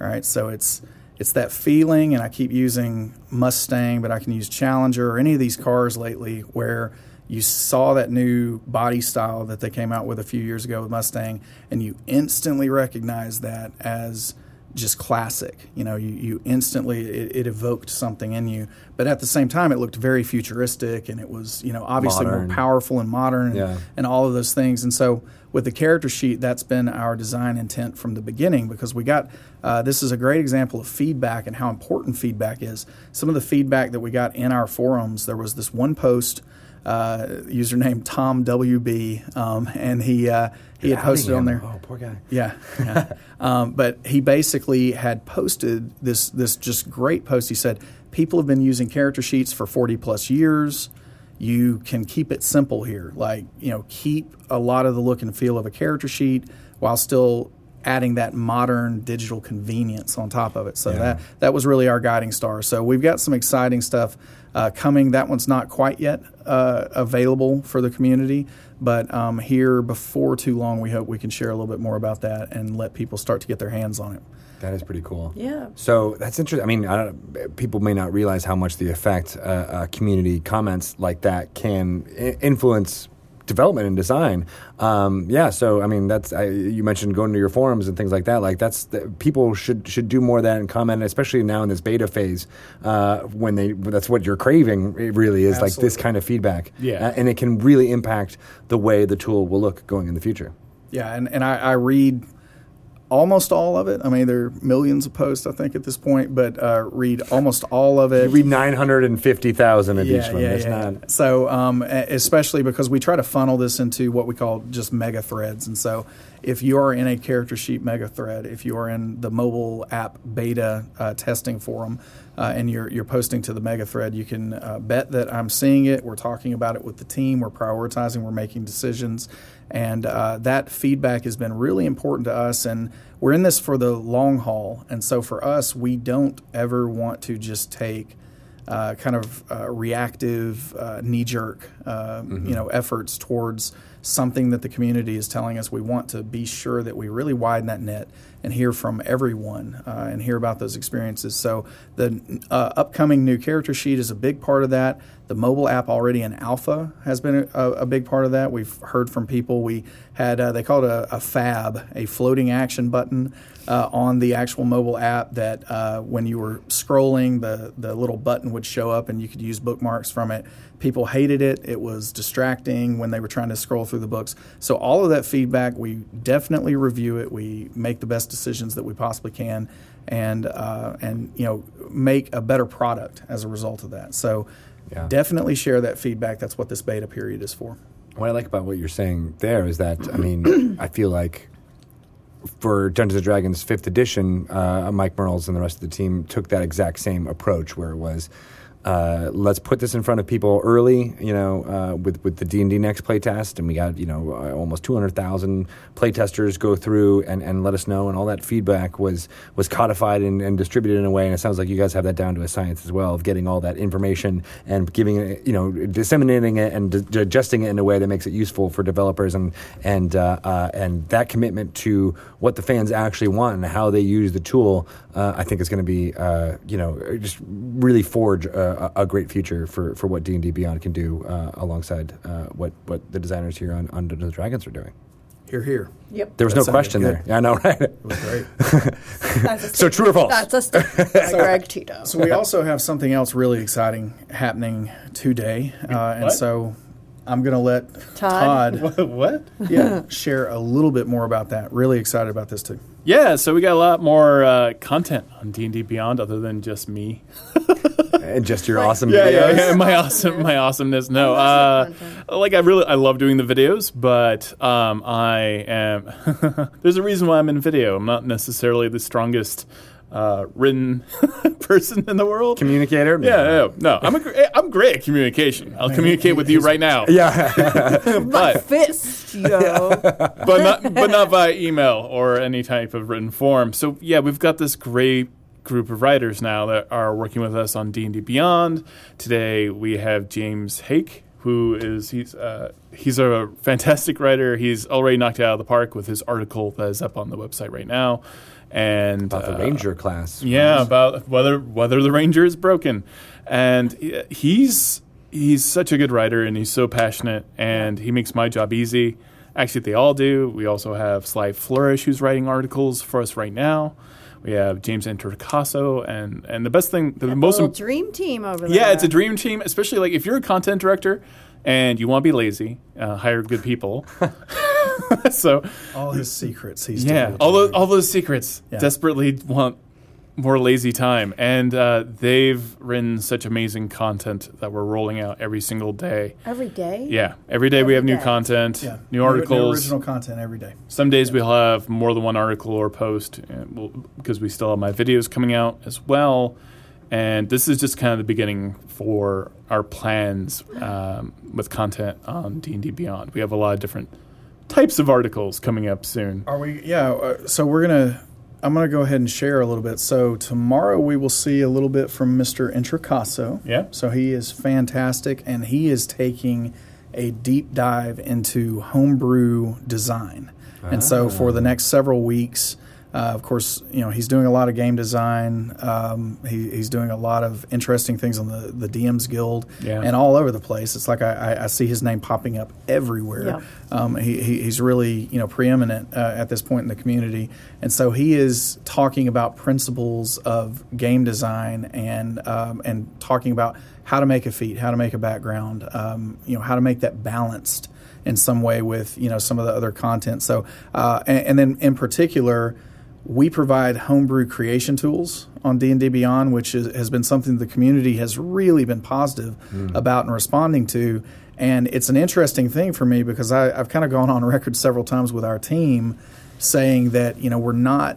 Speaker 4: All right, so it's it's that feeling, and I keep using Mustang, but I can use Challenger or any of these cars lately where you saw that new body style that they came out with a few years ago with Mustang, and you instantly recognized that as just classic. You know, you, you instantly it, it evoked something in you, but at the same time, it looked very futuristic, and it was you know obviously
Speaker 1: Modern.
Speaker 4: more powerful and modern, and,
Speaker 1: Yeah.
Speaker 4: and all of those things. And so with the character sheet, that's been our design intent from the beginning because we got uh, this is a great example of feedback and how important feedback is. Some of the feedback that we got in our forums, there was this one post. Uh, username Tom WB, um, and he uh, he had posted on there.
Speaker 1: Oh, poor guy.
Speaker 4: Yeah. yeah. um, but he basically had posted this this just great post. He said, "People have been using character sheets for 40 plus years. You can keep it simple here. Like, you know, keep a lot of the look and feel of a character sheet while still adding that modern digital convenience on top of it. So that that was really our guiding star. So we've got some exciting stuff uh, coming. That one's not quite yet uh, available for the community, but um, here before too long, we hope we can share a little bit more about that and let people start to get their hands on it.
Speaker 1: That is pretty cool.
Speaker 2: Yeah.
Speaker 1: So that's interesting. I mean, I don't, people may not realize how much the effect uh, uh, community comments like that can I- influence development and design. Um, yeah. So I mean, that's I, you mentioned going to your forums and things like that. Like that's the, people should should do more of that and comment, especially now in this beta phase uh, when they that's what you're craving. It really is like this
Speaker 4: Absolutely.
Speaker 1: kind of feedback.
Speaker 3: Yeah.
Speaker 1: Uh, and it can really impact the way the tool will look going in the future.
Speaker 4: Yeah, and, and I, I read almost all of it. I mean, there are millions of posts, I think, at this point, but uh, read almost all of it.
Speaker 1: Read nine hundred and fifty thousand of each one. it's not.
Speaker 4: So, um, e- especially because we try to funnel this into what we call just mega threads. And so, if you are in a character sheet mega thread, if you are in the mobile app beta uh, testing forum, uh, and you're you're posting to the mega thread, you can uh, bet that I'm seeing it. We're talking about it with the team. We're prioritizing. We're making decisions, and uh, that feedback has been really important to us. And we're in this for the long haul. And so, for us, we don't ever want to just take uh, kind of uh, reactive, uh, knee jerk, uh, you know, efforts towards something that the community is telling us. We want to be sure that we really widen that net and hear from everyone uh, and hear about those experiences. So the uh, upcoming new character sheet is a big part of that. The mobile app already in alpha has been a, a big part of that. We've heard from people. We had uh, they called a, a fab, a floating action button uh, on the actual mobile app that uh, when you were scrolling, the, the little button would show up and you could use bookmarks from it. People hated it. It was distracting when they were trying to scroll through the books. So, all of that feedback, we definitely review it. We make the best decisions that we possibly can and, uh, and you know, make a better product as a result of that. So,
Speaker 1: Yeah.
Speaker 4: definitely share that feedback. That's what this beta period is for.
Speaker 1: What I like about what you're saying there is that I mean I feel like for Dungeons and Dragons Fifth Edition, uh, Mike Merles and the rest of the team took that exact same approach, where it was. Uh, let's put this in front of people early, you know, uh, with with the D and D next playtest, and we got you know uh, almost two hundred thousand playtesters go through and, and let us know, and all that feedback was was codified and, and distributed in a way, and it sounds like you guys have that down to a science as well of getting all that information and giving it, you know, disseminating it and di- digesting it in a way that makes it useful for developers and and uh, uh, and that commitment to what the fans actually want and how they use the tool, uh, I think is going to be uh, you know just really forge a, a a great future for, for what D and D Beyond can do uh, alongside uh, what what the designers here on on Dungeons and Dragons are doing.
Speaker 4: Here, here.
Speaker 2: Yep.
Speaker 1: There was
Speaker 4: That
Speaker 1: no
Speaker 4: sounded
Speaker 1: question
Speaker 4: good.
Speaker 1: there. Yeah, I know, right?
Speaker 4: Great.
Speaker 2: That's
Speaker 1: So
Speaker 2: a statement.
Speaker 1: true or false?
Speaker 2: That's a statement by Greg Tito.
Speaker 4: So we also have something else really exciting happening today, uh, and
Speaker 3: What?
Speaker 4: so I'm going to let
Speaker 2: Todd.
Speaker 4: Todd
Speaker 3: what?
Speaker 4: yeah, share a little bit more about that. Really excited about this too.
Speaker 3: Yeah, so we got a lot more uh, content on D and D Beyond, other than just me.
Speaker 1: and just your awesome
Speaker 3: Yeah, yeah,
Speaker 1: videos.
Speaker 3: yeah, my awesome, my awesomeness. No, uh, like I really, I love doing the videos, but um, I am. there's a reason why I'm in video. I'm not necessarily the strongest uh, written person in the world.
Speaker 1: Communicator.
Speaker 3: yeah, no, no, I'm a, gr- I'm great at communication. I'll communicate with you right now.
Speaker 1: Yeah.
Speaker 3: but
Speaker 2: Fist, yo.
Speaker 3: but not but not via email or any type of written form. So yeah, we've got this great group of writers now that are working with us on D and D Beyond. Today we have James Hake, who is he's uh, he's a fantastic writer. He's already knocked it out of the park with his article that is up on the website right now. And
Speaker 1: About the
Speaker 3: uh,
Speaker 1: ranger class.
Speaker 3: yeah, about whether whether the Ranger is broken, and he- he's he's such a good writer and he's so passionate and he makes my job easy. Actually, they all do. We also have Sly Flourish who's writing articles for us right now. We have James Intercasso and and the best thing, the most
Speaker 2: Little
Speaker 3: im-
Speaker 2: dream team over there.
Speaker 3: yeah, it's a dream team, especially like if you're a content director and you want to be lazy, uh, hire good people. so
Speaker 4: All his secrets. He's
Speaker 3: yeah,
Speaker 4: devoted to
Speaker 3: all those,
Speaker 4: you.
Speaker 3: all those secrets
Speaker 4: Yeah.
Speaker 3: desperately want more lazy time, and uh, they've written such amazing content that we're rolling out every single day.
Speaker 2: Every day?
Speaker 3: Yeah, every day we have new
Speaker 2: day.
Speaker 3: content,
Speaker 4: Yeah.
Speaker 3: new articles.
Speaker 4: original content every day.
Speaker 3: Some days we'll have more than one article or post uh, because we still have my videos coming out as well. And this is just kind of the beginning for our plans um, with content on D and D Beyond. We have a lot of different types of articles coming up soon.
Speaker 4: Are we? Yeah. Uh, so we're gonna. I'm gonna go ahead and share a little bit. So tomorrow we will see a little bit from Mr. Intricasso.
Speaker 3: Yeah.
Speaker 4: So he is fantastic, and he is taking a deep dive into homebrew design. And
Speaker 3: Ah.
Speaker 4: so for the next several weeks, uh, of course, you know he's doing a lot of game design. Um, he, he's doing a lot of interesting things on the the DMs Guild
Speaker 3: Yeah.
Speaker 4: and all over the place. It's like I, I, I see his name popping up everywhere.
Speaker 2: Yeah.
Speaker 4: Um, he, he, he's really you know preeminent uh, at this point in the community, and so he is talking about principles of game design and um, and talking about how to make a feat, how to make a background, um, you know how to make that balanced in some way with you know some of the other content. So uh, and, and then in particular. We provide homebrew creation tools on D and D Beyond, which is, has been something the community has really been positive about and responding to. And it's an interesting thing for me because I, I've kind of gone on record several times with our team saying that you know we're not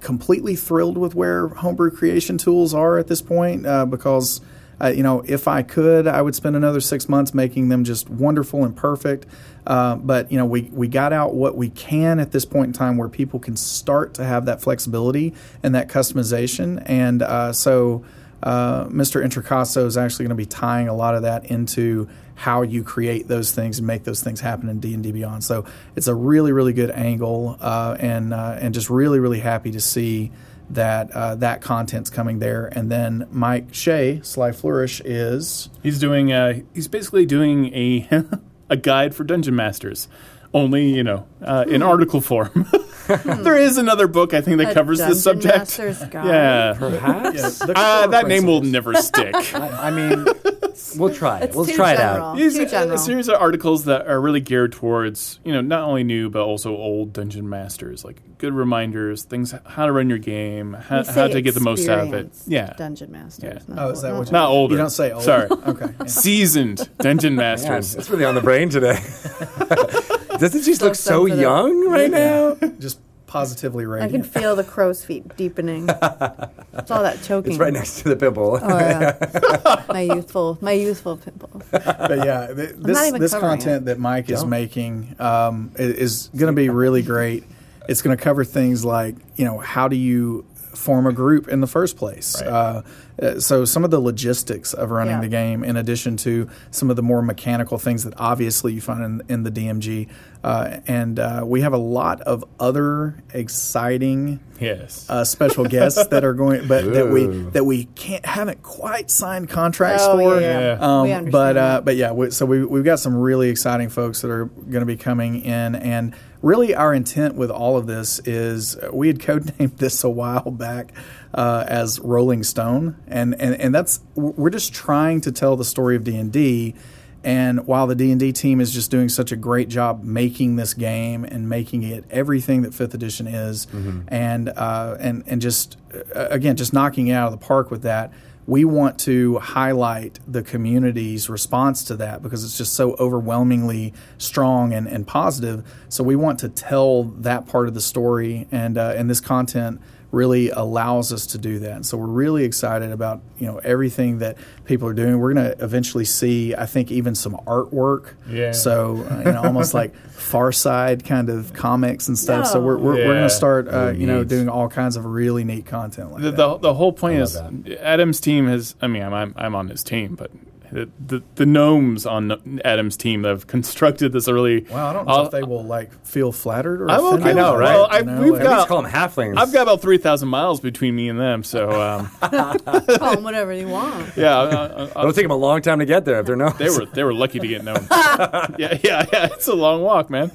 Speaker 4: completely thrilled with where homebrew creation tools are at this point uh, because uh, you know if I could I would spend another six months making them just wonderful and perfect. Uh, but you know we we got out what we can at this point in time where people can start to have that flexibility and that customization and uh, so. Uh, Mr. Intricasso is actually going to be tying a lot of that into how you create those things and make those things happen in D and D Beyond. So it's a really, really good angle, uh, and uh, and just really, really happy to see that uh, that content's coming there. And then Mike Shea, Sly Flourish, is
Speaker 3: He's doing. Uh, he's basically doing a a guide for dungeon masters, only you know uh, in article form. there is another book I think that
Speaker 2: Hmm. A
Speaker 3: covers this
Speaker 2: Dungeon
Speaker 3: subject.
Speaker 2: Master's Guide.
Speaker 3: Yeah.
Speaker 1: Perhaps.
Speaker 3: Uh, that name will never stick.
Speaker 1: I mean, we'll try it.
Speaker 2: It's
Speaker 1: We'll
Speaker 2: too
Speaker 1: try
Speaker 2: general.
Speaker 1: it out.
Speaker 3: These
Speaker 2: Too
Speaker 3: are a
Speaker 2: general.
Speaker 3: series of articles that are really geared towards, you know, not only new but also old dungeon masters, like good reminders, things how to run your game, how,
Speaker 2: We
Speaker 3: how
Speaker 2: say
Speaker 3: to get the most out of it.
Speaker 2: experienced
Speaker 3: Yeah.
Speaker 2: Dungeon Masters.
Speaker 3: Yeah.
Speaker 2: not-
Speaker 4: Oh, is that what
Speaker 3: Not older.
Speaker 4: You don't say old.
Speaker 3: Sorry.
Speaker 4: Okay. yeah.
Speaker 3: Seasoned dungeon
Speaker 1: Man,
Speaker 3: masters.
Speaker 1: it's really on the brain today. Doesn't she just look so
Speaker 2: sensitive.
Speaker 1: young right now?
Speaker 4: Just positively
Speaker 2: I can
Speaker 4: radiant.
Speaker 2: feel the crow's feet deepening. it's all that choking.
Speaker 1: It's right next to the pimple.
Speaker 2: Mm. Oh, yeah. my youthful, my youthful pimple.
Speaker 4: but yeah, th- this
Speaker 2: even
Speaker 4: this
Speaker 2: covering
Speaker 4: content that Mike is making um, i- is going to be really great. It's going to cover things like you know how do you form a group in the first place. Uh, uh, so some of the logistics of running
Speaker 2: Yeah.
Speaker 4: the game, in addition to some of the more mechanical things that obviously you find in, in the DMG, uh, and uh, we have a lot of other exciting
Speaker 3: yes.
Speaker 4: uh, special guests that are going, but that we that we can't haven't quite signed contracts
Speaker 2: Oh,
Speaker 4: for.
Speaker 2: yeah, yeah. Yeah. We
Speaker 4: Um,
Speaker 2: understand
Speaker 4: but uh,
Speaker 2: that.
Speaker 4: but yeah, we, so we we've got some really exciting folks that are going to be coming in, and really our intent with all of this is uh, we had codenamed this a while back uh, as Rolling Stone, and and and that's we're just trying to tell the story of D and D. And while the D and D team is just doing such a great job making this game and making it everything that Fifth Edition is, and uh, and and just uh, again just knocking it out of the park with that, we want to highlight the community's response to that because it's just so overwhelmingly strong and, and positive. So we want to tell that part of the story, and uh, and this content really allows us to do that. And so we're really excited about you know everything that people are doing. We're going to eventually see, I think, even some artwork.
Speaker 3: Yeah.
Speaker 4: So uh, you know, almost like Far Side kind of comics and stuff. So we're we're, we're
Speaker 3: Yeah.
Speaker 4: going to start uh, you know
Speaker 1: neat.
Speaker 4: doing all kinds of really neat content like
Speaker 3: the,
Speaker 4: that.
Speaker 3: the, the whole point is Adam's team has. I mean, I'm I'm, I'm on his team, but. The, the, the gnomes on Adam's team that have constructed this really
Speaker 4: Wow, I don't know
Speaker 3: I'll-
Speaker 4: if they will like feel flattered or.
Speaker 3: I'm
Speaker 4: offended
Speaker 3: okay
Speaker 4: by
Speaker 1: know,
Speaker 4: that,
Speaker 1: right?
Speaker 3: Well, I-
Speaker 4: you know,
Speaker 3: we've
Speaker 4: like-
Speaker 1: At least
Speaker 3: got-
Speaker 1: call them halflings.
Speaker 3: I've got about three thousand miles between me and them, so um,
Speaker 2: Call 'em whatever you want.
Speaker 3: yeah, I, I, I,
Speaker 1: It'll take them a long time to get there if they're not.
Speaker 3: they were they were lucky to get known. yeah, yeah, yeah. It's a long walk, man.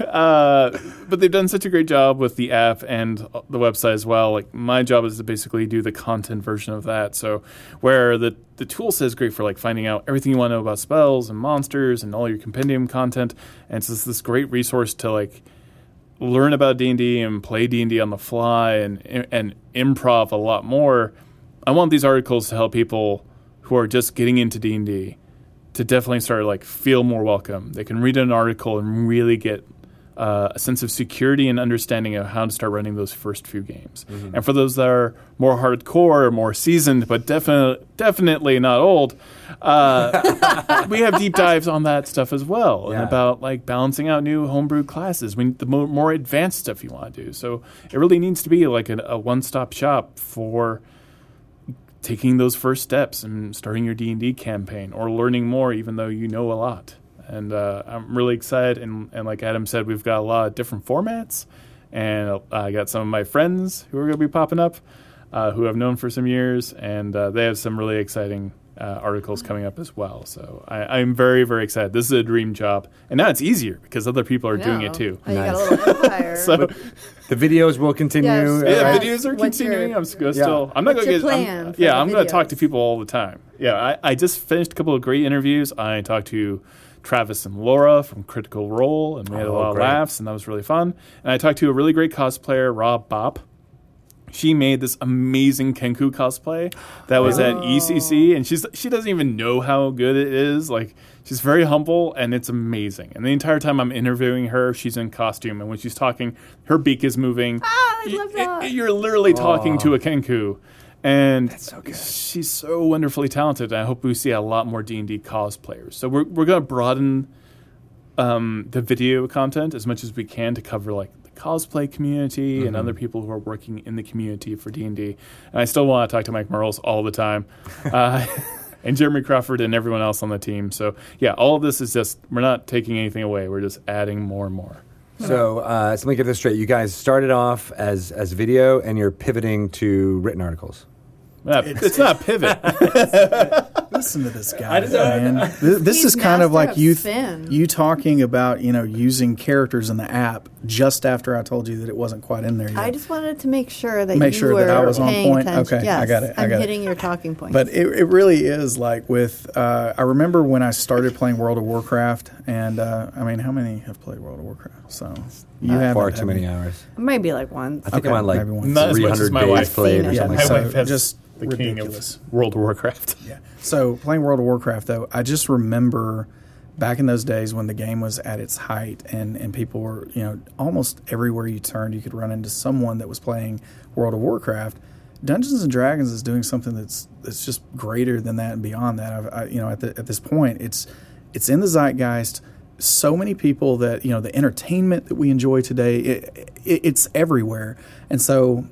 Speaker 3: Uh, but they've done such a great job with the app and the website as well. Like my job is to basically do the content version of that. So where the the tool says great for like finding out everything you want to know about spells and monsters and all your compendium content, and it's just this great resource to like learn about D&D and play D&D on the fly and and improv a lot more. I want these articles to help people who are just getting into D&D to definitely start like feel more welcome. They can read an article and really get uh, a sense of security and understanding of how to start running those first few games. And for those that are more hardcore, or more seasoned, but definitely definitely not old, uh, we have deep dives on that stuff as well,
Speaker 1: Yeah.
Speaker 3: and about like balancing out new homebrew classes. When the mo- more advanced stuff you want to do, so it really needs to be like an, a one stop shop for taking those first steps and starting your d&d campaign or learning more even though you know a lot and uh, i'm really excited and, and like adam said we've got a lot of different formats and i got some of my friends who are going to be popping up uh, who i've known for some years and uh, they have some really exciting uh, articles coming up as well so I, i'm very very excited this is a dream job and now it's easier because other people are doing it too
Speaker 2: Oh, you got a little empire.
Speaker 3: so
Speaker 1: The videos will continue.
Speaker 2: Yes.
Speaker 1: uh,
Speaker 3: yeah,
Speaker 2: Alright.
Speaker 3: videos are
Speaker 2: What's your-
Speaker 3: continuing. I'm s- gonna still. I'm not
Speaker 2: What's
Speaker 3: gonna
Speaker 2: your
Speaker 3: get. I'm-
Speaker 2: plan for
Speaker 3: yeah,
Speaker 2: the
Speaker 3: I'm gonna talk to
Speaker 2: videos?
Speaker 3: people all the time. Yeah, I, I just finished a couple of great interviews. I talked to Travis and Laura from Critical Role, and we had a
Speaker 1: Oh,
Speaker 3: lot of
Speaker 1: great.
Speaker 3: laughs, and that was really fun. And I talked to a really great cosplayer, Rob Bop. She made this amazing Kenku cosplay that was
Speaker 2: Oh.
Speaker 3: at ECC, and she's she doesn't even know how good it is. Like she's very humble, and it's amazing. And the entire time I'm interviewing her, she's in costume, and when she's talking, her beak is moving.
Speaker 2: Ah, I
Speaker 3: Y-
Speaker 2: love
Speaker 3: y-
Speaker 2: that.
Speaker 3: You're literally talking to a Kenku, and she's so wonderfully talented. I hope we see a lot more D and D cosplayers. So we're we're gonna broaden um, the video content as much as we can to cover like the cosplay community
Speaker 1: Mm-hmm.
Speaker 3: and other people who are working in the community for D and D. And I still want to talk to Mike Merles all the time. Uh, And Jeremy Crawford and everyone else on the team. So yeah, all of this is just—we're not taking anything away. We're just adding more and more.
Speaker 1: So uh, so let me get this straight. You guys started off as as video, and you're pivoting to written articles.
Speaker 3: Not- it's, not pivot.
Speaker 4: Listen to this guy,
Speaker 1: just don't-
Speaker 4: man. Th- This
Speaker 2: He's
Speaker 4: is kind of
Speaker 2: master
Speaker 4: like
Speaker 2: of
Speaker 4: you,
Speaker 2: sin.
Speaker 4: you talking about you know using characters in the app just after I told you that it wasn't quite in there yet.
Speaker 2: I just wanted to make sure that
Speaker 4: Make
Speaker 2: you
Speaker 4: sure
Speaker 2: were
Speaker 4: that I was on
Speaker 2: paying
Speaker 4: point.
Speaker 2: attention.
Speaker 4: Okay, I
Speaker 2: yes,
Speaker 4: got it, I
Speaker 2: am
Speaker 4: got it.
Speaker 2: hitting your talking points.
Speaker 4: But it, it really is like with. Uh, I remember when I started playing World of Warcraft, and uh, I mean, how many have played World of Warcraft? So you have
Speaker 1: Uh, Far too many hours.
Speaker 2: maybe like once.
Speaker 1: I think I'm on like
Speaker 4: maybe one.
Speaker 3: Not as much
Speaker 1: 300
Speaker 3: as my
Speaker 1: days
Speaker 3: wife.
Speaker 1: played or
Speaker 2: Yeah,
Speaker 1: something like
Speaker 3: my
Speaker 1: that.
Speaker 4: so
Speaker 3: wife has
Speaker 4: just
Speaker 3: the
Speaker 4: ridiculous.
Speaker 3: king of World of Warcraft.
Speaker 4: Yeah. So playing World of Warcraft, though, I just remember back in those days when the game was at its height, and and people were, you know, almost everywhere you turned, you could run into someone that was playing World of Warcraft. Dungeons and Dragons is doing something that's that's just greater than that and beyond that. I've, I, you know, at the, at this point, it's it's in the zeitgeist. So many people that you know the entertainment that we enjoy today, it, it, it's everywhere, and so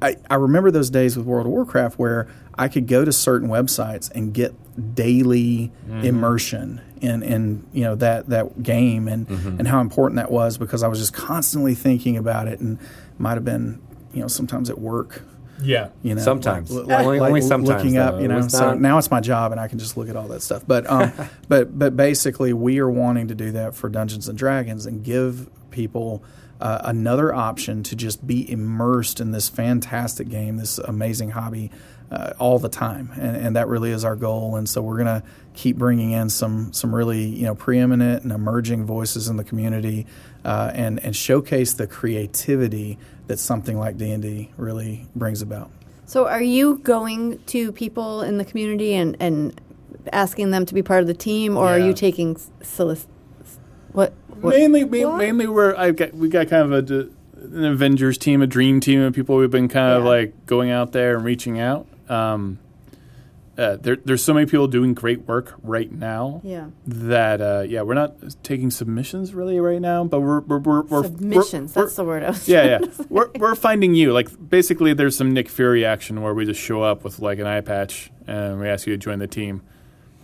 Speaker 4: I, I remember those days with World of Warcraft where I could go to certain websites and get daily immersion in, in you know that that game and and how important that was because I was just constantly thinking about it and might have been you know sometimes at work
Speaker 3: Yeah.
Speaker 4: you know
Speaker 1: Sometimes. Only- only
Speaker 4: l-
Speaker 1: sometimes,
Speaker 4: looking up
Speaker 1: though.
Speaker 4: you know
Speaker 1: It's
Speaker 4: so
Speaker 1: not-
Speaker 4: now it's my job and I can just look at all that stuff but um but but basically we are wanting to do that for Dungeons and Dragons and give people uh, another option to just be immersed in this fantastic game this amazing hobby uh, all the time and, and that really is our goal and so we're gonna keep bringing in some some really you know preeminent and emerging voices in the community uh, and and showcase the creativity that something like D&D really brings about
Speaker 2: So, are you going to people in the community and, and asking them to be part of the team, or are
Speaker 4: Yeah.
Speaker 2: you taking s- solic- What? what?
Speaker 3: mainly, ma- mainly we're I've got we got kind of a d- an Avengers team, a dream team of people. We've been kind of
Speaker 2: Yeah.
Speaker 3: like going out there and reaching out. Um, uh, there, there's so many people doing great work right now.
Speaker 2: Yeah.
Speaker 3: That uh, yeah, we're not taking submissions really right now, but we're we're we're, we're
Speaker 2: Submissions.
Speaker 3: we're-
Speaker 2: that's the word I was
Speaker 3: yeah, yeah. We're, we're finding you. Like, basically, there's some Nick Fury action where we just show up with, like, an eye patch and we ask you to join the team.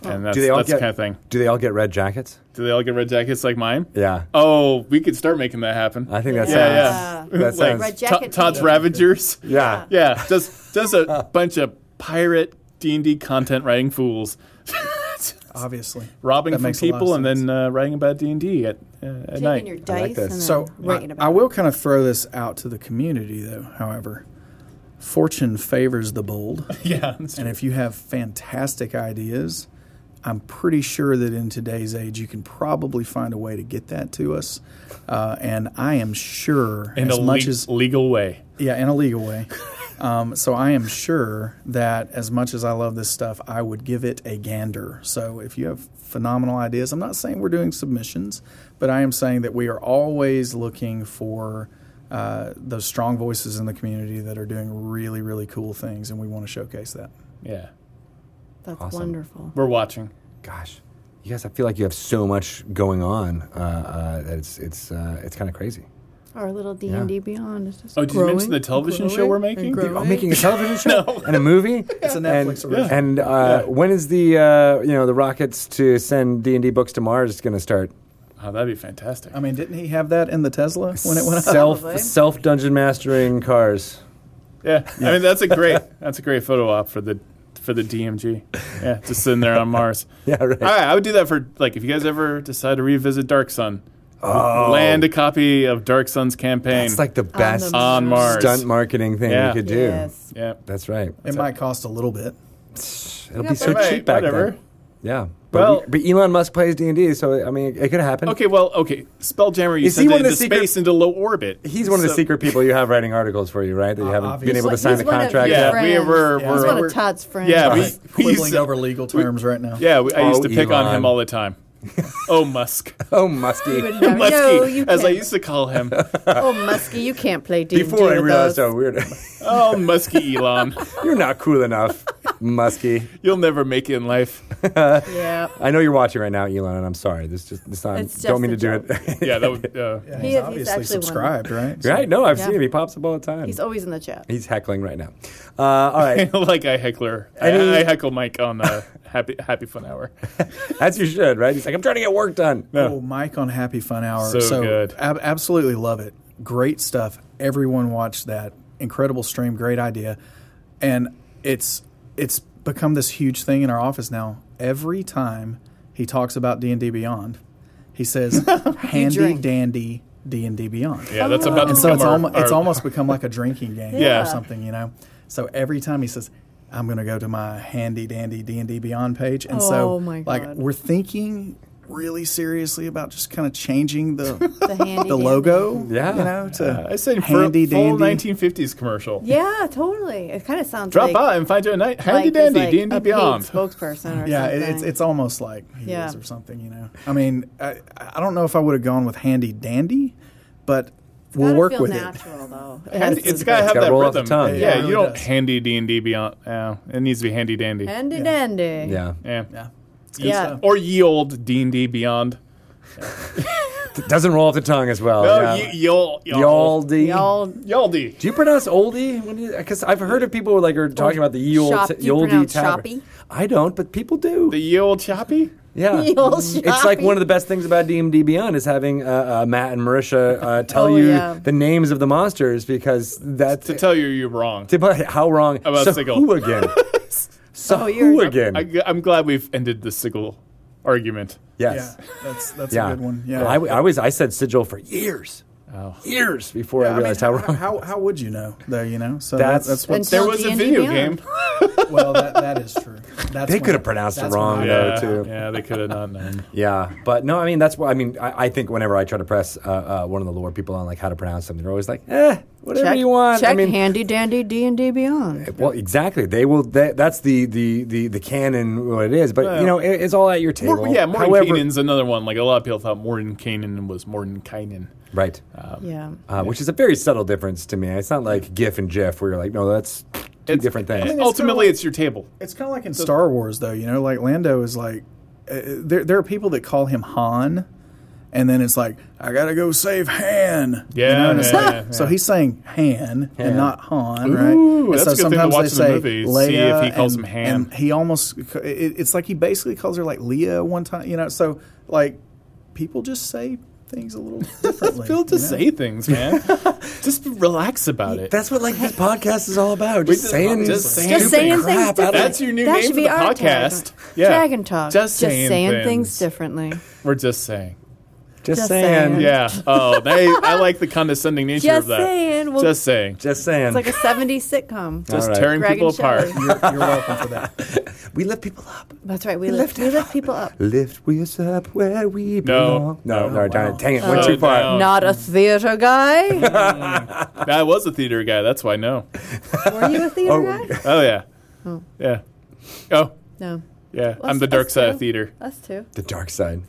Speaker 2: Oh.
Speaker 3: And that's,
Speaker 1: Do they all
Speaker 3: that's
Speaker 1: get-
Speaker 3: the kind of thing.
Speaker 1: Do they all get red jackets?
Speaker 3: Do they all get red jackets like mine?
Speaker 1: Yeah.
Speaker 3: Oh, we could start making that happen.
Speaker 1: I think that
Speaker 3: Yeah,
Speaker 1: sounds.
Speaker 3: yeah.
Speaker 1: That sounds.
Speaker 2: Red
Speaker 3: To-
Speaker 2: jacket
Speaker 3: Todd's
Speaker 2: team.
Speaker 3: Ravagers.
Speaker 1: yeah.
Speaker 3: Yeah, just just a bunch of pirate D&D content writing fools.
Speaker 4: obviously
Speaker 3: Robbing
Speaker 4: That
Speaker 3: from
Speaker 4: makes a lot of
Speaker 3: people and
Speaker 4: sense.
Speaker 3: then uh, writing about D&D at, uh, at
Speaker 2: Taking
Speaker 3: night.
Speaker 2: your
Speaker 1: I like
Speaker 2: dice
Speaker 1: this.
Speaker 2: and then
Speaker 4: So I,
Speaker 2: writing
Speaker 4: I
Speaker 2: about.
Speaker 4: will kind of throw this out to the community, though. However, fortune favors the bold,
Speaker 3: yeah. that's
Speaker 4: and if you have fantastic ideas, I'm pretty sure that in today's age you can probably find a way to get that to us. Uh, and I am sure,
Speaker 3: In
Speaker 4: as
Speaker 3: a
Speaker 4: much
Speaker 3: le-
Speaker 4: as
Speaker 3: legal way.
Speaker 4: yeah, in a legal way. Um, so I am sure that as much as I love this stuff, I would give it a gander. So if you have phenomenal ideas, I'm not saying we're doing submissions, but I am saying that we are always looking for uh, those strong voices in the community that are doing really, really cool things, and we want to showcase that.
Speaker 3: Yeah.
Speaker 2: That's
Speaker 1: Awesome.
Speaker 2: wonderful.
Speaker 3: We're watching.
Speaker 1: Gosh, you guys, I feel like you have so much going on. Uh, uh, that it's it's uh, it's kind of crazy.
Speaker 2: Our little D and D Beyond is just
Speaker 3: Oh, did you
Speaker 2: growing,
Speaker 3: mention the television show we're making?
Speaker 1: I'm making a television show and a movie. It's
Speaker 4: a Netflix
Speaker 1: and,
Speaker 4: original.
Speaker 1: And uh, when is the uh, you know the rockets to send D and D books to Mars going to start?
Speaker 3: Oh, that'd be fantastic.
Speaker 4: I mean, didn't he have that in the Tesla when it went up?
Speaker 1: self
Speaker 2: Probably.
Speaker 1: self dungeon mastering cars.
Speaker 3: yeah. I mean that's a great that's a great photo op for the for the DMG. Yeah, just sitting there on Mars.
Speaker 1: Yeah, right.
Speaker 3: All right, I would do that for like if you guys ever decide to revisit Dark Sun, land a copy of Dark Sun's campaign.
Speaker 1: It's Oh. like the best
Speaker 3: on Mars.
Speaker 1: stunt marketing thing
Speaker 3: Yeah.
Speaker 1: you could do.
Speaker 2: Yes.
Speaker 3: yeah,
Speaker 1: That's right.
Speaker 4: It might cost a little bit.
Speaker 1: It'll be so
Speaker 3: Right,
Speaker 1: cheap back
Speaker 3: whatever.
Speaker 1: then. Yeah, but,
Speaker 3: Well-
Speaker 1: we- but Elon Musk plays D and D, so I mean, it could happen.
Speaker 3: Okay, well, okay. Spelljammer, you
Speaker 1: Is he
Speaker 3: sent it
Speaker 1: one of
Speaker 3: into
Speaker 1: the secret-
Speaker 3: space into low orbit.
Speaker 1: He's one of the
Speaker 3: So-
Speaker 1: secret people you have writing articles for you, right? That you haven't been
Speaker 4: obviously.
Speaker 1: able to
Speaker 2: He's
Speaker 1: sign a
Speaker 2: one of
Speaker 1: contract.
Speaker 2: his
Speaker 3: Yeah,
Speaker 1: yet.
Speaker 2: friends.
Speaker 3: we were-
Speaker 2: He's
Speaker 4: we're-
Speaker 2: one of Todd's friends.
Speaker 3: Yeah, we,
Speaker 4: Right.
Speaker 3: we used
Speaker 4: Quibbling
Speaker 3: to-
Speaker 4: over legal terms right now.
Speaker 3: Yeah, we, I
Speaker 1: Oh,
Speaker 3: used to pick on
Speaker 1: Elon.
Speaker 3: him all the time. Oh, Musk.
Speaker 1: Oh,
Speaker 2: You
Speaker 1: musky.
Speaker 2: would never-
Speaker 3: Muskie,
Speaker 2: no, you can't.
Speaker 3: as I used to call him.
Speaker 2: oh, Muskie, you can't play D and D
Speaker 1: Before I realized
Speaker 2: with
Speaker 1: how
Speaker 2: us.
Speaker 1: weird,
Speaker 3: Oh, Muskie Elon.
Speaker 1: you're not cool enough, musky.
Speaker 3: You'll never make it in life.
Speaker 2: Yeah.
Speaker 1: I know you're watching right now, Elon, and I'm sorry. This just this time,
Speaker 2: It's
Speaker 1: don't
Speaker 2: just
Speaker 1: mean to
Speaker 2: a
Speaker 1: do
Speaker 2: joke.
Speaker 1: it.
Speaker 3: Yeah, that would. Uh,
Speaker 2: He-
Speaker 4: he's
Speaker 2: he's
Speaker 4: obviously
Speaker 2: actually one.
Speaker 4: subscribed, right? So-
Speaker 1: right? No, I've
Speaker 2: Yeah.
Speaker 1: seen him. He pops up all the time.
Speaker 2: He's
Speaker 1: He's,
Speaker 2: always in the chat.
Speaker 1: heckling right now. Uh, all right,
Speaker 3: like I heckler. I,
Speaker 1: Any-
Speaker 3: I heckle Mike on uh, Happy Happy Fun Hour.
Speaker 1: as you should, right? He's like, I'm trying to get work done.
Speaker 4: Oh, Mike on Happy Fun Hour.
Speaker 3: So good.
Speaker 4: ab- absolutely love it. Great stuff. Everyone watched that. Incredible stream. Great idea. And it's it's become this huge thing in our office now. Every time he talks about D and D Beyond, he says handy
Speaker 2: drink.
Speaker 4: dandy D and D Beyond.
Speaker 3: Yeah, that's about
Speaker 4: And
Speaker 3: to
Speaker 4: so
Speaker 3: become
Speaker 4: it's,
Speaker 3: our-
Speaker 4: almo- it's
Speaker 3: our-
Speaker 4: almost become like a drinking game
Speaker 3: Yeah.
Speaker 4: or something, you know. So every time he says, "I'm going to go to my handy dandy D and D Beyond page," and so
Speaker 2: Oh, my
Speaker 4: like
Speaker 2: God.
Speaker 4: we're thinking really seriously about just kind of changing the
Speaker 2: The handy
Speaker 4: the logo,
Speaker 1: Yeah.
Speaker 4: you know, to
Speaker 3: I say for
Speaker 4: handy
Speaker 3: a full
Speaker 4: dandy.
Speaker 3: 1950s commercial.
Speaker 2: Yeah, totally. It kind of sounds
Speaker 3: Drop
Speaker 2: like
Speaker 3: by and find you a night handy
Speaker 2: like he's,
Speaker 3: dandy
Speaker 2: like,
Speaker 3: D and D
Speaker 2: a paid
Speaker 3: Beyond.
Speaker 2: spokesperson or
Speaker 4: yeah, it,
Speaker 2: something.
Speaker 4: it's it's almost like he
Speaker 2: Yeah.
Speaker 4: is or something, you know. I mean, I, I don't know if I would have gone with handy dandy, but we'll
Speaker 2: Gotta
Speaker 4: work
Speaker 2: feel
Speaker 4: with it.
Speaker 2: natural, though.
Speaker 3: Handy- it's got to have
Speaker 1: gotta
Speaker 3: that
Speaker 1: roll off the
Speaker 3: rhythm.
Speaker 1: tongue.
Speaker 3: Yeah,
Speaker 4: Yeah,
Speaker 3: you
Speaker 4: it
Speaker 3: don't
Speaker 4: does.
Speaker 3: handy D and D Beyond. Yeah, it needs to be handy dandy.
Speaker 2: Handy dandy.
Speaker 1: Yeah.
Speaker 3: yeah.
Speaker 4: Yeah, it's
Speaker 2: Yeah.
Speaker 4: stuff.
Speaker 3: or ye old D and D Beyond.
Speaker 1: It doesn't roll off the tongue as well.
Speaker 3: No,
Speaker 1: Oh, yeah.
Speaker 3: Oh, ye, ye old, ye old,
Speaker 1: Yaldi.
Speaker 2: Y'all
Speaker 3: Yaldi.
Speaker 1: Do you pronounce oldie? Because I've heard of people who, like are talking about the ye old
Speaker 2: shop-
Speaker 1: t-
Speaker 2: do you
Speaker 1: oldie
Speaker 2: pronounce
Speaker 1: tavern.
Speaker 2: shoppy?
Speaker 1: I don't, but people do.
Speaker 3: The ye old choppy.
Speaker 1: yeah,
Speaker 2: Ye old
Speaker 1: it's like
Speaker 2: shoppy.
Speaker 1: one of the best things about DMD Beyond is having uh, uh, Matt and Marisha uh, tell
Speaker 2: Oh,
Speaker 1: you
Speaker 2: yeah.
Speaker 1: the names of the monsters because that's
Speaker 3: To tell you you're wrong.
Speaker 1: Tip- how wrong?
Speaker 3: About
Speaker 1: so
Speaker 3: Sigil.
Speaker 1: who again? so
Speaker 2: Oh, you're-
Speaker 1: who again?
Speaker 3: I, am glad we've ended the sickle argument.
Speaker 1: yes.
Speaker 4: Yeah, that's that's
Speaker 1: Yeah.
Speaker 4: a good one. Yeah, Oh.
Speaker 1: Well, I, I always I said sigil for years, years before I
Speaker 4: I mean,
Speaker 1: realized how
Speaker 4: how,
Speaker 1: wrong.
Speaker 4: how how would you know though? You know, so
Speaker 1: That's-
Speaker 4: that's that's what.
Speaker 2: Until
Speaker 3: there was a
Speaker 2: D&D
Speaker 3: video
Speaker 2: Beyond.
Speaker 3: game.
Speaker 4: well, that, that is true. That's
Speaker 1: They
Speaker 4: when
Speaker 1: could have
Speaker 4: I-
Speaker 1: pronounced it
Speaker 4: that's when
Speaker 1: wrong,
Speaker 4: I-
Speaker 1: though.
Speaker 3: Yeah,
Speaker 1: too.
Speaker 3: yeah, they could have not known.
Speaker 1: Yeah, but no, I mean that's why. I mean, I, I think whenever I try to press uh, uh, one of the lore people on like how to pronounce something, they're always like, eh, whatever
Speaker 2: check,
Speaker 1: you want.
Speaker 2: check
Speaker 1: I mean,
Speaker 2: handy dandy D and D Beyond.
Speaker 1: well, exactly. They will. They, that's the the the the canon what it is. But you know, it, it's all at your table.
Speaker 3: Mor- yeah, Morton
Speaker 1: However,
Speaker 3: Kanan's another one. Like a lot of people thought Morton Kanan was Morton Kanan.
Speaker 1: right.
Speaker 2: yeah.
Speaker 1: Uh, which is a very subtle difference to me. It's not like GIF and GIF where you're like, no, that's two different things.
Speaker 4: mean, it's
Speaker 3: Ultimately,
Speaker 4: kinda
Speaker 3: it's your table.
Speaker 4: It's kind of like in Star Wars, though. You know, like Lando is like, uh, there there are people that call him Han, and then it's like, I gotta go save Han. You
Speaker 3: Yeah,
Speaker 4: know, and it's
Speaker 3: yeah,
Speaker 4: like-
Speaker 3: yeah,
Speaker 4: So he's saying Han, and not Han, right?
Speaker 3: Ooh,
Speaker 4: And
Speaker 3: that's
Speaker 4: so
Speaker 3: a good thing to
Speaker 4: sometimes
Speaker 3: watch in
Speaker 4: they
Speaker 3: the
Speaker 4: say
Speaker 3: movie,
Speaker 4: Leia,
Speaker 3: see if he calls
Speaker 4: and,
Speaker 3: him Han.
Speaker 4: and he almost. it- It's like he basically calls her like Leah one time. You know, so like people just say things a little differently.
Speaker 3: People just
Speaker 4: you know?
Speaker 3: say things, man. just relax about it.
Speaker 1: That's what like this podcast is all about. Just
Speaker 3: just-
Speaker 1: saying,
Speaker 3: just saying-
Speaker 1: stupid
Speaker 2: Just saying
Speaker 1: crap
Speaker 2: things
Speaker 1: out of-
Speaker 2: differently.
Speaker 3: That's your new
Speaker 2: that
Speaker 3: name
Speaker 2: should
Speaker 3: for
Speaker 2: be
Speaker 3: the
Speaker 2: our
Speaker 3: podcast.
Speaker 2: Tagline.
Speaker 3: Yeah.
Speaker 2: Dragon talk.
Speaker 3: Just saying
Speaker 2: things.
Speaker 3: things.
Speaker 2: differently.
Speaker 3: We're just saying.
Speaker 1: Just,
Speaker 2: Just
Speaker 1: saying.
Speaker 2: saying.
Speaker 3: Yeah. Oh, they, I like the condescending nature
Speaker 2: Just
Speaker 3: of that.
Speaker 2: saying. Well,
Speaker 3: just saying.
Speaker 1: Just saying.
Speaker 2: It's like a '70s sitcom.
Speaker 1: All
Speaker 3: Just
Speaker 1: right.
Speaker 3: tearing
Speaker 2: Greg
Speaker 3: people
Speaker 2: and Shelley.
Speaker 3: apart.
Speaker 4: You're, you're welcome for that.
Speaker 1: we lift people up.
Speaker 2: That's right. We lift, we lift people up.
Speaker 1: Lift us up where we belong. No, no, darn it. Dang it. Went
Speaker 3: Oh,
Speaker 1: too far.
Speaker 3: no.
Speaker 2: Not a theater guy.
Speaker 3: I was a theater guy. That's why. No.
Speaker 2: Were you a theater
Speaker 1: Oh.
Speaker 2: guy?
Speaker 3: Oh yeah. Yeah. Oh
Speaker 2: No.
Speaker 3: yeah. I'm
Speaker 2: Us-
Speaker 3: the dark
Speaker 2: us
Speaker 3: side of
Speaker 2: too.
Speaker 3: theater.
Speaker 2: Us too.
Speaker 1: The dark side.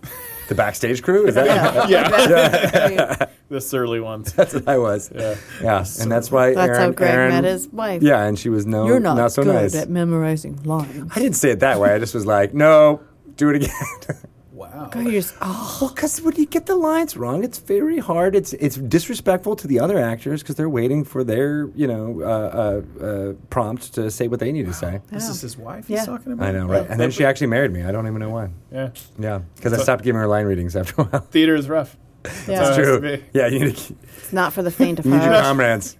Speaker 1: The backstage crew? Is that
Speaker 2: Yeah.
Speaker 3: The surly ones.
Speaker 1: that's what I was? Yeah. And that's why
Speaker 2: That's
Speaker 1: Aaron,
Speaker 2: how Greg
Speaker 1: Aaron-
Speaker 2: met his wife.
Speaker 1: Yeah, and she was no,
Speaker 2: You're not,
Speaker 1: so
Speaker 2: good
Speaker 1: nice.
Speaker 2: at memorizing lines.
Speaker 1: I didn't say it that way. I just was like, no, do it again.
Speaker 4: Wow.
Speaker 2: You're just, oh,
Speaker 1: Well, because when you get the lines wrong, it's very hard. It's it's disrespectful to the other actors because they're waiting for their you know uh, uh, uh, prompt to say what they need to say.
Speaker 4: This
Speaker 2: know.
Speaker 4: is his wife
Speaker 2: Yeah.
Speaker 4: he's talking about?
Speaker 1: I know, right? And then she actually married me. I don't even know why.
Speaker 3: Yeah.
Speaker 1: Yeah, because I stopped giving her line readings after a while.
Speaker 3: Theater is rough.
Speaker 2: yeah.
Speaker 3: That's
Speaker 1: True.
Speaker 3: me.
Speaker 1: Yeah, you need, to,
Speaker 2: It's not for the faint of
Speaker 1: you need your
Speaker 2: heart.
Speaker 1: comrades.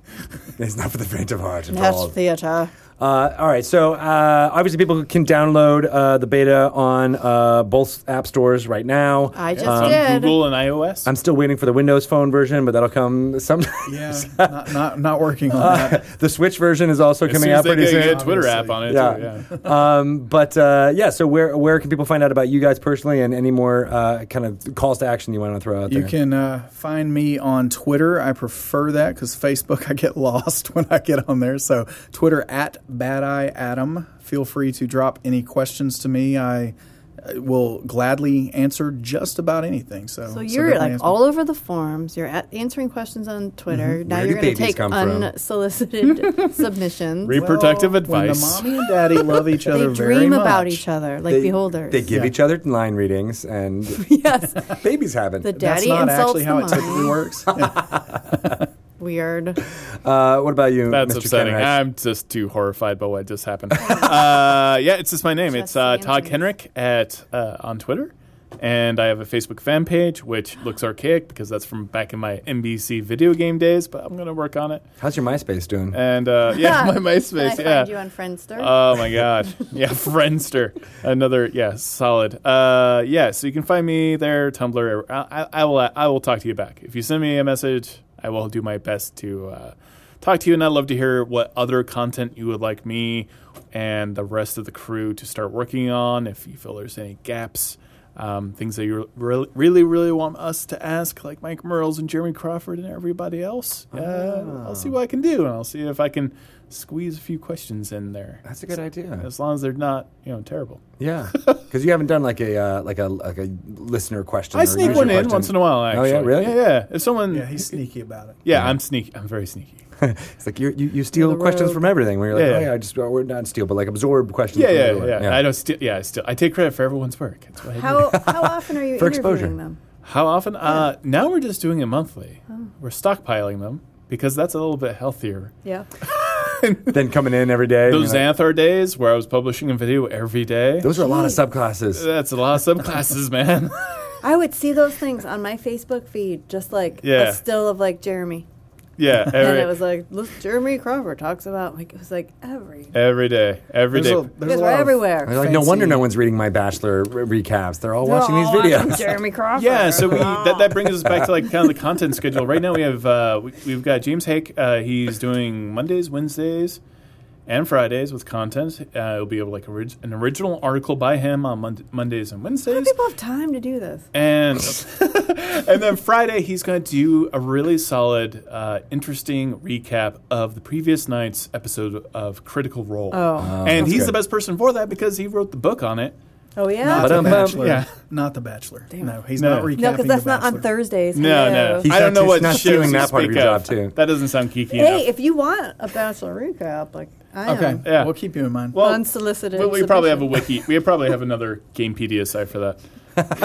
Speaker 1: It's not for the faint of heart at
Speaker 2: That's
Speaker 1: all.
Speaker 2: theater.
Speaker 1: Uh, all right, so uh, obviously people can download uh, the beta on uh, both app stores right now.
Speaker 2: I just
Speaker 1: Um,
Speaker 3: On
Speaker 2: did.
Speaker 3: Google and iOS.
Speaker 1: I'm still waiting for the Windows Phone version, but that'll come sometime.
Speaker 4: Yeah, not, not not working on that.
Speaker 1: The Switch version is also
Speaker 3: As
Speaker 1: coming
Speaker 3: soon as
Speaker 1: out
Speaker 3: they
Speaker 1: pretty
Speaker 3: get a
Speaker 1: soon.
Speaker 3: good Twitter app
Speaker 4: obviously.
Speaker 3: on it. Too, yeah.
Speaker 1: Yeah. um, but uh, yeah, so where where can people find out about you guys personally and any more uh, kind of calls to action you want to throw out
Speaker 4: You
Speaker 1: there?
Speaker 4: can uh, find me on Twitter. I prefer that because Facebook, I get lost when I get on there. So Twitter at Bad Eye Adam. Feel free to drop any questions to me. I uh, will gladly answer just about anything. So,
Speaker 2: So
Speaker 4: so
Speaker 2: you're
Speaker 4: definitely
Speaker 2: like
Speaker 4: ask me.
Speaker 2: all over the forums. You're at answering questions on Twitter.
Speaker 1: Mm-hmm.
Speaker 2: Now
Speaker 1: Where do
Speaker 2: you're going to
Speaker 1: babies
Speaker 2: take
Speaker 1: come from?
Speaker 2: unsolicited submissions.
Speaker 3: Re- Protective advice.
Speaker 4: When the mommy and daddy love each
Speaker 2: they
Speaker 4: other very
Speaker 2: dream about
Speaker 4: much,
Speaker 2: each other, like beholders.
Speaker 1: They give
Speaker 4: Yeah.
Speaker 1: each other line readings, and
Speaker 2: yes,
Speaker 1: babies haven't.
Speaker 2: the
Speaker 4: That's
Speaker 2: daddy
Speaker 4: not
Speaker 2: insults
Speaker 4: actually how it
Speaker 2: the
Speaker 4: typically
Speaker 2: mommy.
Speaker 4: works. Yeah.
Speaker 2: Weird.
Speaker 1: Uh, what about you,
Speaker 3: That's
Speaker 1: Mr.
Speaker 3: upsetting.
Speaker 1: Kenrick?
Speaker 3: I'm just too horrified by what just happened. uh, yeah, it's just my name. it's
Speaker 2: Just
Speaker 3: uh,
Speaker 2: saying
Speaker 3: Todd
Speaker 2: things.
Speaker 3: Kenrick at uh, on Twitter, And I have a Facebook fan page, which looks archaic because that's from back in my NBC video game days, but I'm going to work on it.
Speaker 1: How's your MySpace doing?
Speaker 3: And uh, yeah, my
Speaker 2: Can I
Speaker 3: MySpace.
Speaker 2: find
Speaker 3: yeah.
Speaker 2: you on Friendster?
Speaker 1: Uh,
Speaker 3: Oh my gosh. Yeah, Friendster. Another yeah, solid. Uh yeah, so you can find me there, Tumblr. I, I, I will I will talk to you back. If you send me a message, I will do my best to uh, talk to you and I'd love to hear what other content you would like me and the rest of the crew to start working on if you feel there's any gaps. Um, things that you really, really, really want us to ask, like Mike Merles and Jeremy Crawford and everybody else. Uh, I'll see what I can do, and I'll see if I can squeeze a few questions in there.
Speaker 1: That's a good idea.
Speaker 3: As long as they're not, you know, terrible.
Speaker 1: Yeah, because you haven't done like a uh, like a like a listener question.
Speaker 3: I sneak one in once in a while. Actually.
Speaker 1: Oh, yeah? Really?
Speaker 3: Yeah, yeah. If someone,
Speaker 4: Yeah,
Speaker 3: yeah,
Speaker 4: he's sneaky about it.
Speaker 3: I'm sneaky. I'm very sneaky.
Speaker 1: It's like you you, you steal
Speaker 2: the
Speaker 1: questions
Speaker 2: road.
Speaker 1: from everything. Where you're like,
Speaker 3: Yeah,
Speaker 1: oh
Speaker 3: yeah.
Speaker 1: yeah, I just or not steal, but like absorb questions.
Speaker 3: Yeah,
Speaker 1: from
Speaker 3: yeah,
Speaker 1: everywhere.
Speaker 3: yeah. I don't. Sti- yeah, I still. I take credit for everyone's work. That's what I do. How,
Speaker 2: how how often are you
Speaker 1: For
Speaker 2: interviewing
Speaker 1: exposure.
Speaker 2: them?
Speaker 3: often? Uh, now we're just doing it monthly. We're stockpiling them because that's a little bit healthier.
Speaker 2: Yeah.
Speaker 1: Then coming in every day.
Speaker 3: Those
Speaker 1: and you're like,
Speaker 3: Xanthar days where I was publishing a video every day.
Speaker 1: those are a lot of subclasses.
Speaker 3: that's a lot of subclasses, man.
Speaker 2: I would see those things on my Facebook feed, just like
Speaker 3: Yeah.
Speaker 2: a still of like Jeremy.
Speaker 3: yeah,
Speaker 2: And
Speaker 3: every,
Speaker 2: it was like, look, Jeremy Crawford talks about, like, it was like every.
Speaker 3: every day, every
Speaker 4: There's
Speaker 3: day.
Speaker 4: a, there's
Speaker 2: Because
Speaker 4: a
Speaker 2: we're
Speaker 4: lot of-
Speaker 2: everywhere.
Speaker 1: They're like, no wonder
Speaker 4: Fancy.
Speaker 1: no one's reading my bachelor re- recaps. They're all
Speaker 2: They're
Speaker 1: watching
Speaker 2: all
Speaker 1: these videos.
Speaker 2: watching Jeremy Crawford.
Speaker 3: Yeah, so we, that, that brings us back to like kind of the content schedule. Right now we have uh, we, we've got James Hake. Uh, he's doing Mondays, Wednesdays, and Fridays with content. Uh, it'll be like orig- an original article by him on Mon- Mondays and
Speaker 2: How do
Speaker 3: Wednesdays,
Speaker 2: people have time to do this?
Speaker 3: and and then Friday he's going to do a really solid, uh, interesting recap of the previous night's episode of Critical Role.
Speaker 2: Oh.
Speaker 3: and
Speaker 1: that's
Speaker 3: he's
Speaker 1: good.
Speaker 3: the best person for that because he wrote the book on it.
Speaker 2: Oh, yeah.
Speaker 4: Not the
Speaker 1: Ba-dum-bum.
Speaker 4: Bachelor.
Speaker 3: Yeah.
Speaker 4: Not the Bachelor. No, he's
Speaker 3: No.
Speaker 4: not recapping
Speaker 2: no, because that's
Speaker 4: the
Speaker 2: not on
Speaker 4: Bachelor.
Speaker 2: Thursdays.
Speaker 3: No,
Speaker 2: Hello.
Speaker 3: no,
Speaker 1: He's
Speaker 3: I
Speaker 1: not-
Speaker 3: don't know
Speaker 1: he's
Speaker 3: what
Speaker 1: not
Speaker 3: shows
Speaker 1: doing
Speaker 3: you
Speaker 1: that part of
Speaker 3: speak
Speaker 1: your job, too.
Speaker 3: That doesn't sound geeky enough.
Speaker 2: Hey, if you want a bachelor recap, like, I am.
Speaker 4: Okay,
Speaker 3: Yeah.
Speaker 4: we'll keep you in mind.
Speaker 3: Well,
Speaker 2: Unsolicited.
Speaker 3: we, we probably have a
Speaker 2: submission.
Speaker 3: wiki. We probably have another Gamepedia site for that,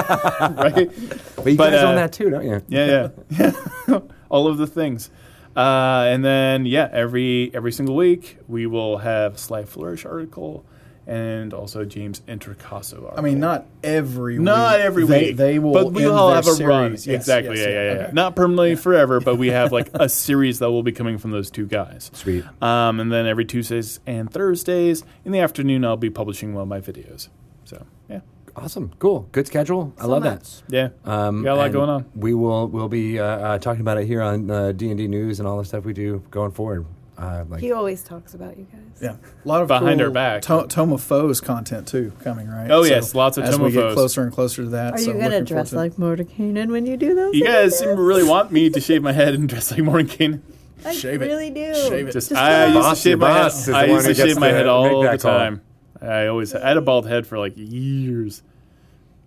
Speaker 3: right?
Speaker 1: But you
Speaker 3: But,
Speaker 1: guys own
Speaker 3: uh,
Speaker 1: that too, don't you?
Speaker 3: Yeah, yeah, all of the things. Uh, and then yeah, every every single week we will have Sly Flourish article and also James Intercasso article.
Speaker 4: I mean, not every week.
Speaker 3: Not every
Speaker 4: They-
Speaker 3: week,
Speaker 4: They will.
Speaker 3: But we
Speaker 4: end
Speaker 3: all
Speaker 4: their
Speaker 3: have a run.
Speaker 4: series. Yes,
Speaker 3: exactly.
Speaker 4: yes,
Speaker 3: yeah, yeah, yeah.
Speaker 4: okay.
Speaker 3: Not permanently forever, but we have like a series that will be coming from those two guys.
Speaker 1: Sweet.
Speaker 3: Um, and then every Tuesdays and Thursdays in the afternoon, I'll be publishing one of my videos. So yeah,
Speaker 1: Awesome, cool, good schedule. I love that.
Speaker 3: yeah,
Speaker 1: Um,
Speaker 3: we got a lot
Speaker 1: and
Speaker 3: going on.
Speaker 1: We will we'll be uh, uh, talking about it here on uh, D and D news and all the stuff we do going forward. Uh, like
Speaker 2: He always talks about you guys.
Speaker 4: Yeah, a lot of
Speaker 3: Behind
Speaker 4: cool
Speaker 3: our back.
Speaker 4: To- Tome of Foes content too coming right.
Speaker 3: Oh, yes, lots of
Speaker 4: as
Speaker 3: Tome
Speaker 4: we
Speaker 3: of
Speaker 4: get
Speaker 3: Foes.
Speaker 4: closer and closer to that.
Speaker 2: Are
Speaker 4: so
Speaker 2: you going to
Speaker 4: looking
Speaker 2: dress
Speaker 4: forward
Speaker 2: like Mordekainen when you do those?
Speaker 3: You guys seem to really want me to shave my head and dress like Morgan Kane.
Speaker 2: I
Speaker 4: Shave it.
Speaker 2: really do.
Speaker 4: Shave it.
Speaker 3: Just,
Speaker 2: Just
Speaker 3: I
Speaker 2: go.
Speaker 3: used
Speaker 1: Boss,
Speaker 3: to
Speaker 1: your
Speaker 3: shave my head.
Speaker 1: boss is
Speaker 3: I
Speaker 1: the one
Speaker 3: used to
Speaker 1: who gets
Speaker 3: shave my
Speaker 1: to
Speaker 3: head
Speaker 1: make
Speaker 3: all the
Speaker 1: that call.
Speaker 3: time. I always I had a bald head for like years.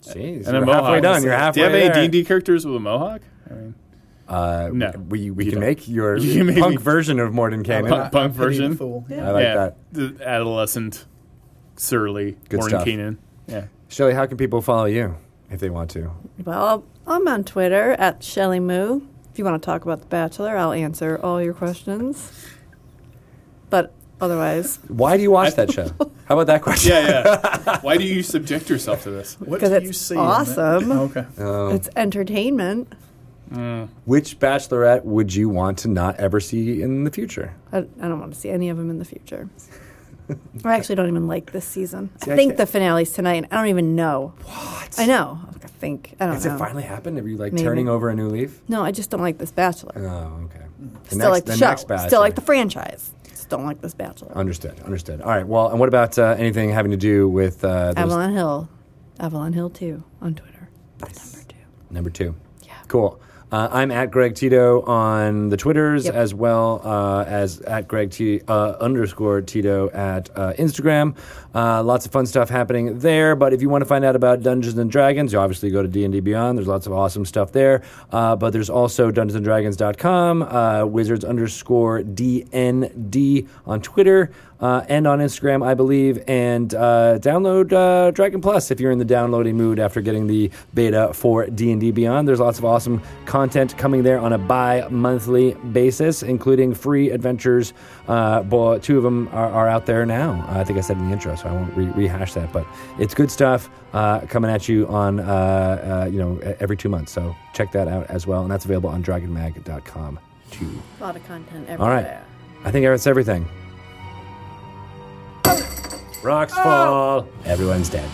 Speaker 1: Jeez,
Speaker 3: And a
Speaker 1: uh, you're
Speaker 3: mohawk.
Speaker 1: halfway done. You're halfway
Speaker 3: Do you have any
Speaker 1: there.
Speaker 3: D and D characters with a mohawk? I mean,
Speaker 1: Uh,
Speaker 3: No.
Speaker 1: we we
Speaker 3: You
Speaker 1: can
Speaker 3: don't.
Speaker 1: make your
Speaker 3: You can make
Speaker 1: punk
Speaker 3: me-
Speaker 1: version of Morden Cannon.
Speaker 3: Punk-
Speaker 1: I
Speaker 4: to-
Speaker 3: punk
Speaker 4: I need a
Speaker 3: version?
Speaker 4: fool.
Speaker 2: Yeah.
Speaker 1: like
Speaker 3: yeah,
Speaker 1: that.
Speaker 3: the adolescent, surly
Speaker 1: Good
Speaker 3: Morgan
Speaker 1: stuff.
Speaker 3: Keenan. Yeah.
Speaker 1: Shelly, how can people follow you if they want to?
Speaker 2: Well, I'm on Twitter at Shelly Moo. If you want to talk about The Bachelor, I'll answer all your questions. But otherwise,
Speaker 1: Why do you watch that show? How about that question?
Speaker 3: Yeah, yeah. Why do you subject yourself to this?
Speaker 4: What
Speaker 2: 'Cause
Speaker 4: do
Speaker 2: it's
Speaker 4: you see in that?
Speaker 2: awesome.
Speaker 4: Okay.
Speaker 1: Oh.
Speaker 2: it's entertainment.
Speaker 1: Which Bachelorette would you want to not ever see in the future?
Speaker 2: I, I don't want to see any of them in the future. I actually don't even like this season.
Speaker 1: I
Speaker 2: I think
Speaker 1: can't-
Speaker 2: the finale's tonight. and I don't even know. What? I know. I think. I don't
Speaker 1: Has
Speaker 2: know.
Speaker 1: it finally happened? Are you like
Speaker 2: Maybe.
Speaker 1: turning over a new leaf?
Speaker 2: No, I just don't like this Bachelor.
Speaker 1: Oh, okay. The
Speaker 2: Still like the,
Speaker 1: the
Speaker 2: show.
Speaker 1: next Bachelor.
Speaker 2: Still like the franchise. Just don't like this Bachelor.
Speaker 1: Understood. Understood. All right. Well, and what about uh, anything having to do with uh, those-
Speaker 2: Avalon Hill. Avalon Hill 2 on Twitter. Number 2.
Speaker 1: number two? Yeah. Cool. Uh, I'm at Greg Tito on the Twitters
Speaker 2: Yep.
Speaker 1: as well uh, as at Greg T uh, underscore Tito at uh, Instagram. Uh, lots of fun stuff happening there. But if you want to find out about Dungeons and Dragons, you obviously go to D and D Beyond. There's lots of awesome stuff there. Uh, but there's also DungeonsandDragons.com, uh, Wizards underscore DND on Twitter. uh, and on Instagram, I believe. And uh, download uh, Dragon Plus if you're in the downloading mood after getting the beta for D and D Beyond. There's lots of awesome content coming there on a bi-monthly basis, including free adventures. Uh, bo- two of them are, are out there now. I think I said in the intro, so I won't re- rehash that. But it's good stuff uh, coming at you on uh, uh, you know e- every two months. So check that out as well, and that's available on DragonMag.com too.
Speaker 2: A lot of content everywhere.
Speaker 1: All right. I think that's everything. Rocks fall. Everyone's dead.